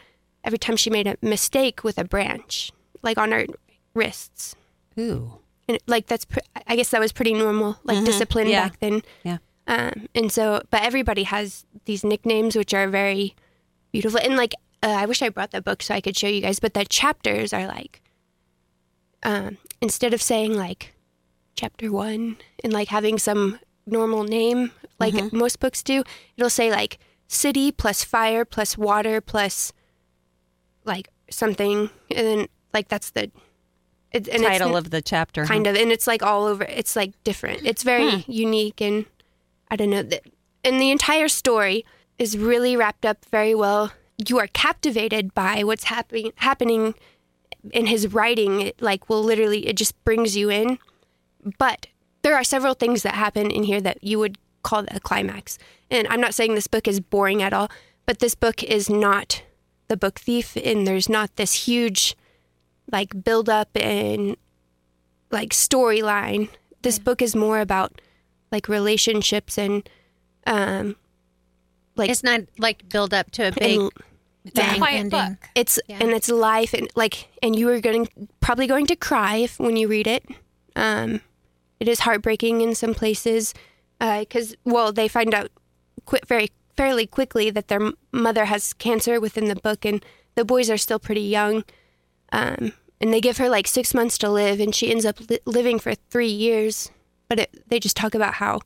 [SPEAKER 2] every time she made a mistake with a branch, like on her wrists
[SPEAKER 3] Ooh.
[SPEAKER 2] and like that's pr- I guess that was pretty normal like discipline
[SPEAKER 3] Mm-hmm. Yeah.
[SPEAKER 2] back then.
[SPEAKER 3] Yeah.
[SPEAKER 2] Um, and so, but everybody has these nicknames which are very beautiful. And like, uh, I wish I brought that book so I could show you guys. But the chapters are like, um, instead of saying like chapter one and like having some normal name like
[SPEAKER 3] Mm-hmm.
[SPEAKER 2] most books do, it'll say like city plus fire plus water plus like something, and then like that's the it, and it's
[SPEAKER 3] Title
[SPEAKER 2] n-
[SPEAKER 3] of the chapter.
[SPEAKER 2] kind of and it's like all over it's like different it's very unique and i don't know that and the entire story is really wrapped up very well you are captivated by what's happening happening in his writing it like will literally it just brings you in but there are several things that happen in here that you would call the climax and i'm not saying this book is boring at all but this book is not the book thief and there's not this huge like build up and like storyline. This book is more about like relationships and um like
[SPEAKER 5] It's not like build up to a big
[SPEAKER 2] and
[SPEAKER 4] It's a
[SPEAKER 5] bang
[SPEAKER 4] quiet
[SPEAKER 5] ending.
[SPEAKER 4] book.
[SPEAKER 2] it's
[SPEAKER 5] Yeah.
[SPEAKER 2] and it's life and like and you are going probably going to cry if, when you read it. Um it is heartbreaking in some places because well they find out qui- very fairly quickly that their m- mother has cancer within the book and the boys are still pretty young um, and they give her like six months to live and she ends up li- living for three years but it, they just talk about how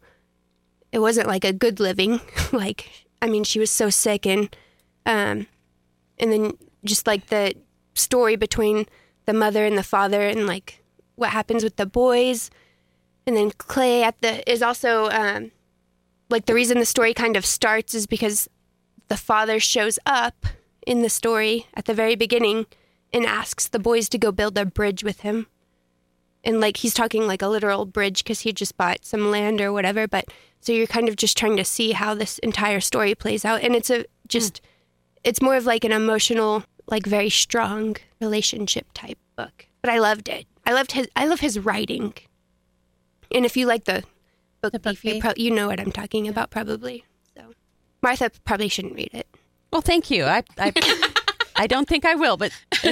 [SPEAKER 2] it wasn't like a good living like i mean she was so sick and um, and then just like the story between the mother and the father and like what happens with the boys and then clay at the is also um, like the reason the story kind of starts is because the father shows up in the story at the very beginning and asks the boys to go build a bridge with him and like he's talking like a literal bridge because he just bought some land or whatever but so you're kind of just trying to see how this entire story plays out and it's a just it's more of like an emotional like very strong relationship type book but i loved it i loved his i love his writing and if you like the book,
[SPEAKER 5] The book
[SPEAKER 2] thief, you,
[SPEAKER 5] thief.
[SPEAKER 2] pro- you know what i'm talking about probably so martha probably shouldn't read it
[SPEAKER 3] Well, thank you. I I, I don't think I will, but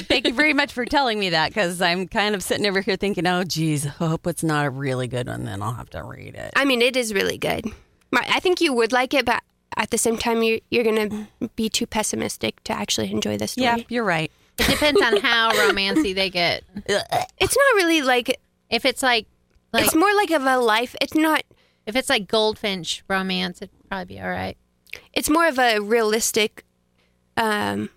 [SPEAKER 3] thank you very much for telling me that because I'm kind of sitting over here thinking, oh, geez, I hope it's not a really good one. Then I'll have to read it.
[SPEAKER 2] I mean, it is really good. Mar- I think you would like it, but at the same time, you're, you're going to be too pessimistic to actually enjoy the story.
[SPEAKER 3] Yeah, you're right.
[SPEAKER 5] It depends on how romancy they get.
[SPEAKER 2] It's not really like,
[SPEAKER 5] If it's like, like
[SPEAKER 2] it's more like of a life. It's not,
[SPEAKER 5] if it's like Goldfinch romance, it'd probably be all right.
[SPEAKER 2] it's more of a realistic, um,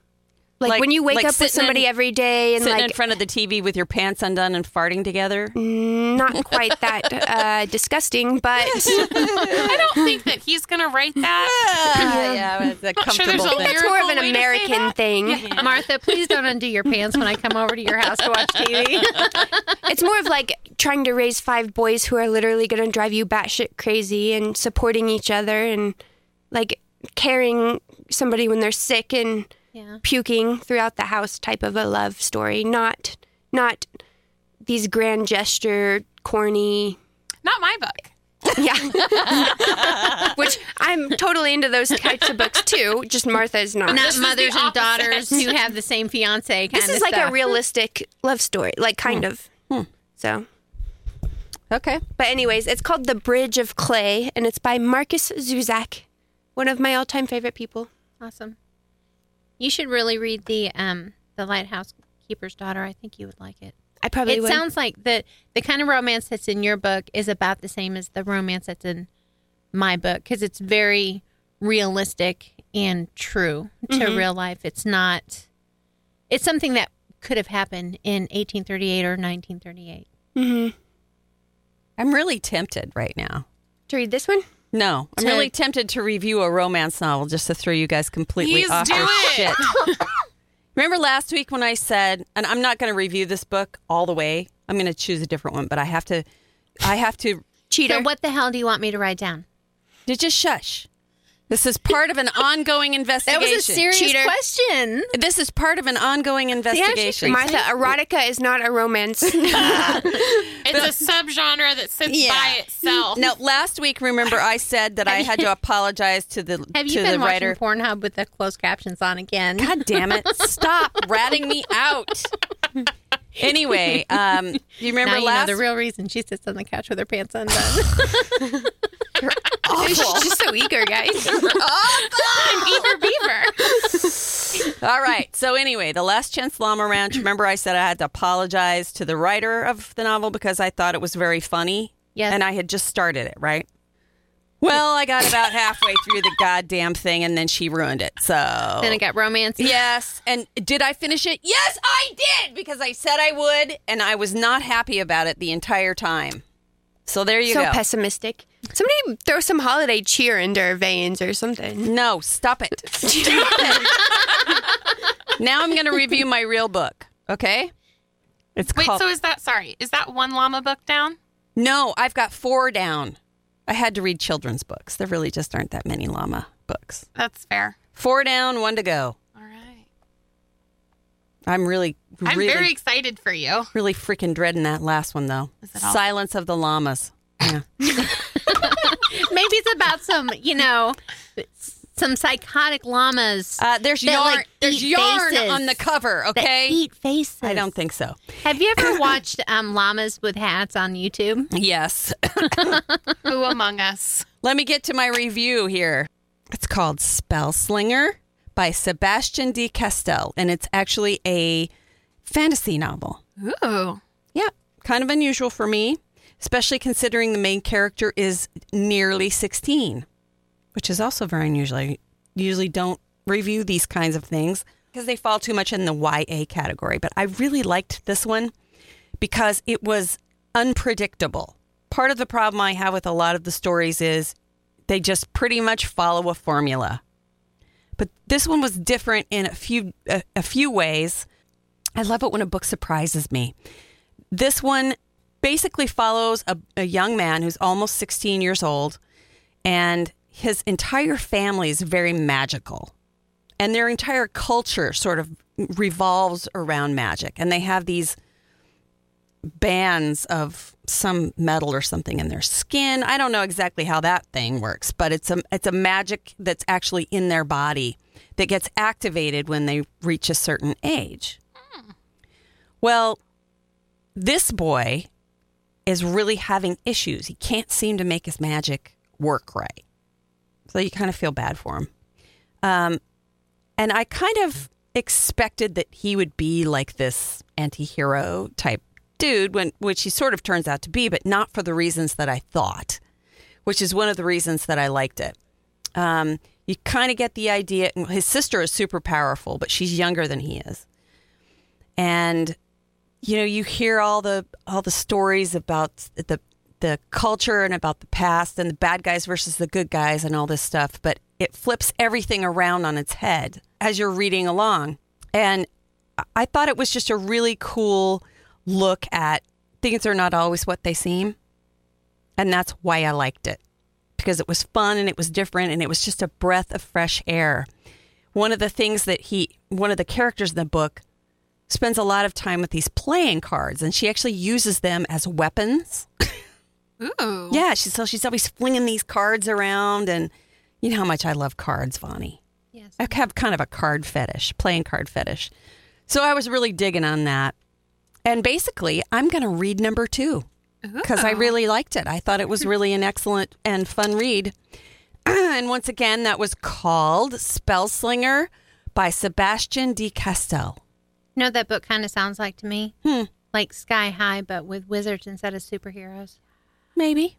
[SPEAKER 2] like,
[SPEAKER 3] Like-
[SPEAKER 2] when you wake
[SPEAKER 3] like
[SPEAKER 2] up with
[SPEAKER 3] sitting
[SPEAKER 2] somebody
[SPEAKER 3] in-
[SPEAKER 2] every day and
[SPEAKER 3] Sitting
[SPEAKER 2] like Mm.
[SPEAKER 3] in front of the TV with your pants undone and farting together.
[SPEAKER 2] not quite that uh, disgusting, but
[SPEAKER 4] I don't think that he's gonna write that.
[SPEAKER 3] Ah, yeah, it's a
[SPEAKER 4] Not sure there's
[SPEAKER 3] comfortable
[SPEAKER 4] a
[SPEAKER 3] thing.
[SPEAKER 2] that's more of an
[SPEAKER 4] Miracle way to say
[SPEAKER 2] American
[SPEAKER 4] that.
[SPEAKER 2] thing.
[SPEAKER 5] Martha, please don't undo your pants when I come over to your house to watch TV.
[SPEAKER 2] It's more of like trying to raise five boys who are literally going to drive you batshit crazy and supporting each other and like carrying somebody when they're sick and
[SPEAKER 5] yeah.
[SPEAKER 2] puking throughout the house type of a love story. Not not these grand gesture corny.
[SPEAKER 4] Not my book.
[SPEAKER 2] Yeah. Which I'm totally into those types of books too. Just Martha is not.
[SPEAKER 5] Not mothers and
[SPEAKER 4] opposite.
[SPEAKER 5] daughters who have the same fiance kind
[SPEAKER 2] this
[SPEAKER 5] of
[SPEAKER 2] is like
[SPEAKER 5] stuff.
[SPEAKER 2] a realistic love story, like kind
[SPEAKER 5] Hmm.
[SPEAKER 2] of. So
[SPEAKER 3] Okay.
[SPEAKER 2] But anyways, it's called The Bridge of Clay, and it's by Marcus Zuzak, one of my all-time favorite people.
[SPEAKER 5] Awesome. You should really read the um the lighthouse keeper's daughter. I think you would like it.
[SPEAKER 2] I probably
[SPEAKER 5] it
[SPEAKER 2] would.
[SPEAKER 5] sounds like the the kind of romance that's in your book is about the same as the romance that's in my book because it's very realistic and true to real life. It's not. It's something that could have happened in 1838 or 1938.
[SPEAKER 2] hmm
[SPEAKER 3] I'm really tempted right now.
[SPEAKER 2] To read this one?
[SPEAKER 3] No, I'm
[SPEAKER 5] To-
[SPEAKER 3] really tempted to review a romance novel just to throw you guys completely
[SPEAKER 4] Please
[SPEAKER 3] off
[SPEAKER 4] do
[SPEAKER 3] your
[SPEAKER 4] it.
[SPEAKER 3] shit. Remember last week when I said, and I'm not going to review this book all the way. I'm going to choose a different one, but I have to, I have to
[SPEAKER 5] So what the hell do you want me to write down?
[SPEAKER 3] Did you shush? This is part of an ongoing investigation.
[SPEAKER 5] Cheater. question.
[SPEAKER 3] This is part of an ongoing investigation.
[SPEAKER 2] Martha, erotica is not a romance.
[SPEAKER 4] It's a subgenre that sits by itself.
[SPEAKER 3] now, last week, remember I said that I had to apologize to the
[SPEAKER 5] Have
[SPEAKER 3] to
[SPEAKER 5] you
[SPEAKER 3] the
[SPEAKER 5] been watching
[SPEAKER 3] writer.
[SPEAKER 5] Pornhub with the closed captions on again?
[SPEAKER 3] God damn it! Stop ratting me out. Anyway, um, do you remember
[SPEAKER 5] now you know
[SPEAKER 3] last
[SPEAKER 5] the real reason she sits on the couch with her pants undone.
[SPEAKER 3] Oh,
[SPEAKER 2] She's just so eager, guys.
[SPEAKER 4] Eager Beaver.
[SPEAKER 3] All right. So anyway, the last chance llama ranch. Remember, I said I had to apologize to the writer of the novel because I thought it was very funny.
[SPEAKER 5] Yes.
[SPEAKER 3] And I had just started it, right? Well, I got about halfway through the goddamn thing, and then she ruined it. So
[SPEAKER 5] then it got romance.
[SPEAKER 3] yes. And did I finish it? Yes, I did because I said I would, and I was not happy about it the entire time. So there you
[SPEAKER 2] so
[SPEAKER 3] go.
[SPEAKER 2] pessimistic. Somebody throw some holiday cheer into her veins or something.
[SPEAKER 3] no, stop it. Stop it. now I'm going to review my real book. Okay. It's
[SPEAKER 4] Wait,
[SPEAKER 3] called.
[SPEAKER 4] so is that sorry? Is that one llama book down?
[SPEAKER 3] No, I've got four down. I had to read children's books. There really just aren't that many llama books.
[SPEAKER 4] That's fair.
[SPEAKER 3] Four down, one to go.
[SPEAKER 4] All right.
[SPEAKER 3] I'm really,
[SPEAKER 4] I'm
[SPEAKER 3] really,
[SPEAKER 4] very excited for you.
[SPEAKER 3] really freaking dreading that last one though.
[SPEAKER 4] Is it all-
[SPEAKER 3] Silence of the llamas. Yeah.
[SPEAKER 5] Maybe it's about some, you know, some psychotic llamas
[SPEAKER 3] Uh, there's
[SPEAKER 5] That,
[SPEAKER 3] yarn.
[SPEAKER 5] like,
[SPEAKER 3] there's
[SPEAKER 5] eat
[SPEAKER 3] yarn
[SPEAKER 5] faces.
[SPEAKER 3] on the cover.
[SPEAKER 5] that
[SPEAKER 3] Okay.
[SPEAKER 5] eat faces.
[SPEAKER 3] I don't think so.
[SPEAKER 5] Have you ever watched um, llamas with hats on YouTube?
[SPEAKER 3] Yes.
[SPEAKER 4] Who among us?
[SPEAKER 3] Let me get to my review here. It's called Spell Slinger by Sebastian de Castell, and it's actually a fantasy novel.
[SPEAKER 4] Ooh.
[SPEAKER 3] Yeah, kind of unusual for me, especially considering the main character is nearly 16, which is also very unusual. I usually don't review these kinds of things because they fall too much in the YA category, but I really liked this one because it was unpredictable. Part of the problem I have with a lot of the stories is they just pretty much follow a formula. But this one was different in a few a, a few ways. I love it when a book surprises me. This one basically follows a, a young man who's almost 16 years old, and his entire family is very magical. And their entire culture sort of revolves around magic. And they have these bands of some metal or something in their skin. I don't know exactly how that thing works, but it's a it's a magic that's actually in their body that gets activated when they reach a certain age. Well, this boy is really having issues. He can't seem to make his magic work right. So you kind of feel bad for him. Um, and I kind of expected that he would be like this anti hero type dude, when, which he sort of turns out to be, but not for the reasons that I thought, which is one of the reasons that I liked it. Um, you kind of get the idea. His sister is super powerful, but she's younger than he is. And you know you hear all the all the stories about the the culture and about the past and the bad guys versus the good guys and all this stuff but it flips everything around on its head as you're reading along and I- i thought it was just a really cool look at things are not always what they seem and that's why i liked it because it was fun and it was different and it was just a breath of fresh air one of the things that he one of the characters in the book spends a lot of time with these playing cards and she actually uses them as weapons.
[SPEAKER 4] Ooh.
[SPEAKER 3] Yeah, she, so she's always flinging these cards around and you know how much I love cards, Vonnie.
[SPEAKER 5] Yes.
[SPEAKER 3] I have kind of a card fetish, playing card fetish. So I was really digging on that. And basically, I'm going to read number 2 because I really liked it. I thought it was really an excellent and fun read. and once again, that was called Spellslinger by Sebastian de Castell.
[SPEAKER 5] You know what that book kind of sounds like to me?
[SPEAKER 3] Hmm.
[SPEAKER 5] Like Sky High, but with wizards instead of superheroes.
[SPEAKER 3] Maybe.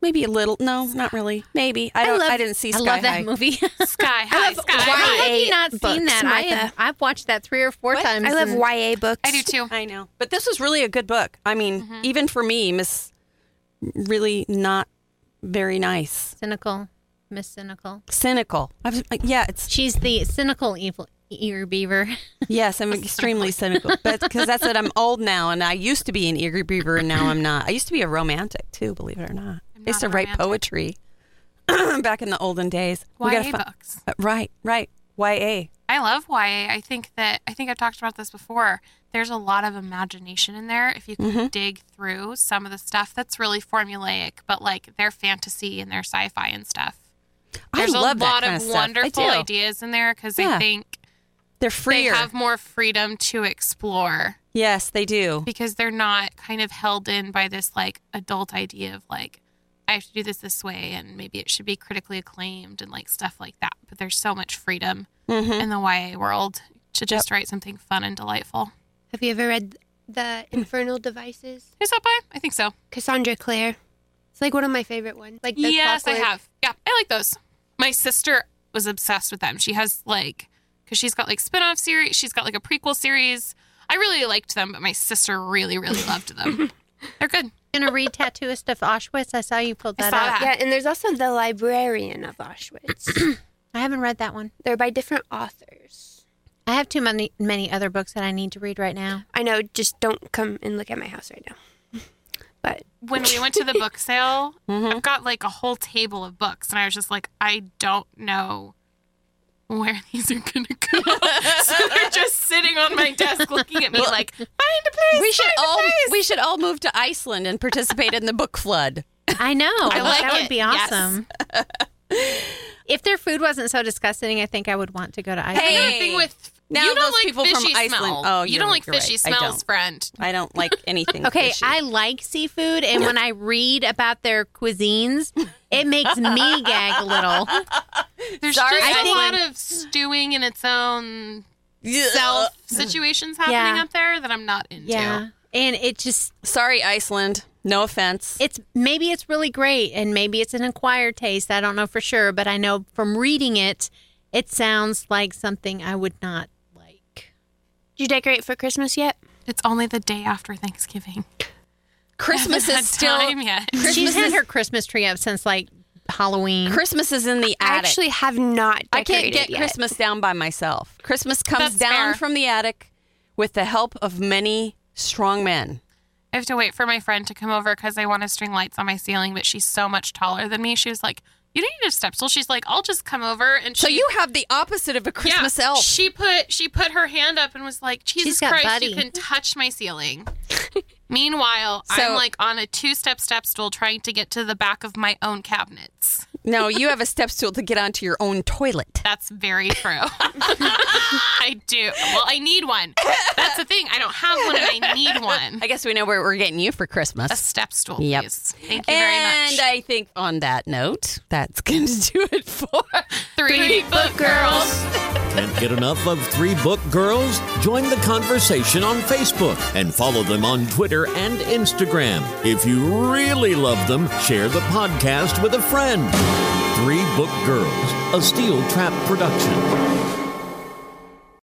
[SPEAKER 3] Maybe a little. No, not really. Maybe. I don't. I, didn't see
[SPEAKER 5] I
[SPEAKER 3] Sky
[SPEAKER 5] love
[SPEAKER 3] High.
[SPEAKER 5] that movie.
[SPEAKER 4] Sky high, sky high.
[SPEAKER 5] Why have you not seen
[SPEAKER 2] books,
[SPEAKER 5] that? I have,
[SPEAKER 2] Martha.
[SPEAKER 5] I've watched that three or four times.
[SPEAKER 2] I love
[SPEAKER 5] and-
[SPEAKER 2] YA books.
[SPEAKER 4] I do too.
[SPEAKER 3] I know. But
[SPEAKER 4] Mm-hmm.
[SPEAKER 3] this was really a good book. I mean, even for me, Miss really not very nice.
[SPEAKER 5] Cynical, Miss Cynical.
[SPEAKER 3] Cynical. I've, yeah, it's
[SPEAKER 5] She's the cynical evil ear beaver.
[SPEAKER 3] Yes, I'm extremely cynical, but because that's it. I'm old now, and I used to be an eager beaver, and now I'm not. I used to be a romantic too, believe it or not.
[SPEAKER 4] I'm
[SPEAKER 3] I used to
[SPEAKER 4] not a
[SPEAKER 3] write
[SPEAKER 4] romantic.
[SPEAKER 3] poetry back in the olden days. We gotta
[SPEAKER 4] YA
[SPEAKER 3] fi-
[SPEAKER 4] books.
[SPEAKER 3] uh, right, right. YA.
[SPEAKER 4] I love YA. I think that I think I've talked about this before. There's a lot of imagination in there if you can
[SPEAKER 3] Mm-hmm.
[SPEAKER 4] dig through some of the stuff that's really formulaic, but like their fantasy and their sci-fi and stuff. There's
[SPEAKER 3] I love
[SPEAKER 4] a lot
[SPEAKER 3] that kind
[SPEAKER 4] of
[SPEAKER 3] stuff.
[SPEAKER 4] wonderful
[SPEAKER 3] I do.
[SPEAKER 4] ideas in there because
[SPEAKER 3] Yeah.
[SPEAKER 4] I think
[SPEAKER 3] They're freer.
[SPEAKER 4] they have more freedom to explore
[SPEAKER 3] yes, they do.
[SPEAKER 4] because they're not kind of held in by this like adult idea of like I have to do this this way and maybe it should be critically acclaimed and like stuff like that. But there's so much freedom in the YA world to just write something fun and delightful.
[SPEAKER 2] Have you ever read The Infernal Devices?
[SPEAKER 4] Who's that by? I think so.
[SPEAKER 2] Cassandra Clare. It's like one of my favorite ones. Like the
[SPEAKER 4] yes,
[SPEAKER 2] clockwork-
[SPEAKER 4] I have. Yeah, I like those. My sister was obsessed with them. She has like, because she's got like spin off series, she's got like a prequel series. I really liked them, but my sister really, really loved them. They're good.
[SPEAKER 5] Gonna read Tattooist of Auschwitz. I saw you pulled
[SPEAKER 4] I
[SPEAKER 5] that
[SPEAKER 4] saw that.
[SPEAKER 5] up.
[SPEAKER 2] Yeah, and there's also The Librarian of Auschwitz.
[SPEAKER 5] I haven't read that one.
[SPEAKER 2] They're by different authors.
[SPEAKER 5] I have too many many other books that I need to read right now.
[SPEAKER 2] I know, just don't come and look at my house right now. But
[SPEAKER 4] when we went to the book sale, I've got like a whole table of books, and I was just like, I don't know where these are gonna go. so they're just sitting on my desk, looking at me like, find a place.
[SPEAKER 3] We should all we should all move to Iceland and participate in the book flood.
[SPEAKER 5] I know.
[SPEAKER 4] like
[SPEAKER 5] that
[SPEAKER 4] it.
[SPEAKER 5] would be
[SPEAKER 4] Yes.
[SPEAKER 5] awesome. if their food wasn't so disgusting, I think I would want to go to Iceland.
[SPEAKER 4] I know the
[SPEAKER 3] Hey.
[SPEAKER 4] thing with
[SPEAKER 3] Now
[SPEAKER 4] you don't
[SPEAKER 3] those
[SPEAKER 4] like
[SPEAKER 3] people from
[SPEAKER 4] fishy
[SPEAKER 3] Iceland-
[SPEAKER 4] smell.
[SPEAKER 3] oh,
[SPEAKER 4] you
[SPEAKER 3] you're-
[SPEAKER 4] don't like
[SPEAKER 3] you're right.
[SPEAKER 4] fishy
[SPEAKER 3] I don't.
[SPEAKER 4] smells, friend.
[SPEAKER 3] I don't like anything.
[SPEAKER 5] Okay,
[SPEAKER 3] fishy.
[SPEAKER 5] I like seafood, and when I read about their cuisines, it makes me gag a little.
[SPEAKER 4] There's
[SPEAKER 3] Sorry,
[SPEAKER 4] just a
[SPEAKER 5] Iceland.
[SPEAKER 4] lot of stewing in its own
[SPEAKER 3] Yeah.
[SPEAKER 4] self situations happening
[SPEAKER 5] Yeah.
[SPEAKER 4] up there that I'm not into.
[SPEAKER 5] Yeah, and it just
[SPEAKER 3] Sorry, Iceland. No offense.
[SPEAKER 5] it's maybe it's really great, and maybe it's an acquired taste. I don't know for sure, but I know from reading it, it sounds like something I would not like.
[SPEAKER 2] did you decorate for Christmas yet?
[SPEAKER 4] It's only the day after Thanksgiving.
[SPEAKER 3] Christmas
[SPEAKER 4] Haven't
[SPEAKER 3] is
[SPEAKER 4] had
[SPEAKER 3] still
[SPEAKER 4] time yet.
[SPEAKER 5] She's
[SPEAKER 3] Christmas
[SPEAKER 5] had
[SPEAKER 3] is-
[SPEAKER 5] her Christmas tree up since like Halloween.
[SPEAKER 3] Christmas is in the attic.
[SPEAKER 2] I actually have not decorated
[SPEAKER 3] I can't get
[SPEAKER 2] yet.
[SPEAKER 3] Christmas down by myself. Christmas comes
[SPEAKER 4] That's
[SPEAKER 3] down
[SPEAKER 4] fair.
[SPEAKER 3] from the attic with the help of many strong men.
[SPEAKER 4] I have to wait for my friend to come over because I want to string lights on my ceiling, but she's so much taller than me. She was like, "You don't need a step stool." She's like, "I'll just come over." And
[SPEAKER 3] So
[SPEAKER 4] she,
[SPEAKER 3] you have the opposite of a
[SPEAKER 4] yeah,
[SPEAKER 3] Christmas elf.
[SPEAKER 4] She put she put her hand up and was like, "Jesus
[SPEAKER 5] She's got
[SPEAKER 4] Christ,
[SPEAKER 5] buddy."
[SPEAKER 4] you can touch my ceiling." Meanwhile,
[SPEAKER 3] So-
[SPEAKER 4] I'm like on a two step step stool trying to get to the back of my own cabinets.
[SPEAKER 3] No, you have a step stool to get onto your own toilet.
[SPEAKER 4] That's very true. I do. Well, I need one. That's the thing. I don't have one, and I need one.
[SPEAKER 3] I guess we know where we're getting you for
[SPEAKER 4] A
[SPEAKER 3] Christmas.
[SPEAKER 4] step stool,
[SPEAKER 3] Yep.
[SPEAKER 4] please. Thank you very much.
[SPEAKER 3] And I think on that note, that's going to do it for.
[SPEAKER 4] Three, book girls.
[SPEAKER 7] Can't get enough of Three Book Girls? Join the conversation on Facebook and follow them on Twitter and Instagram. If you really love them, share the podcast with a friend. Three Book Girls, a Steel Trap production.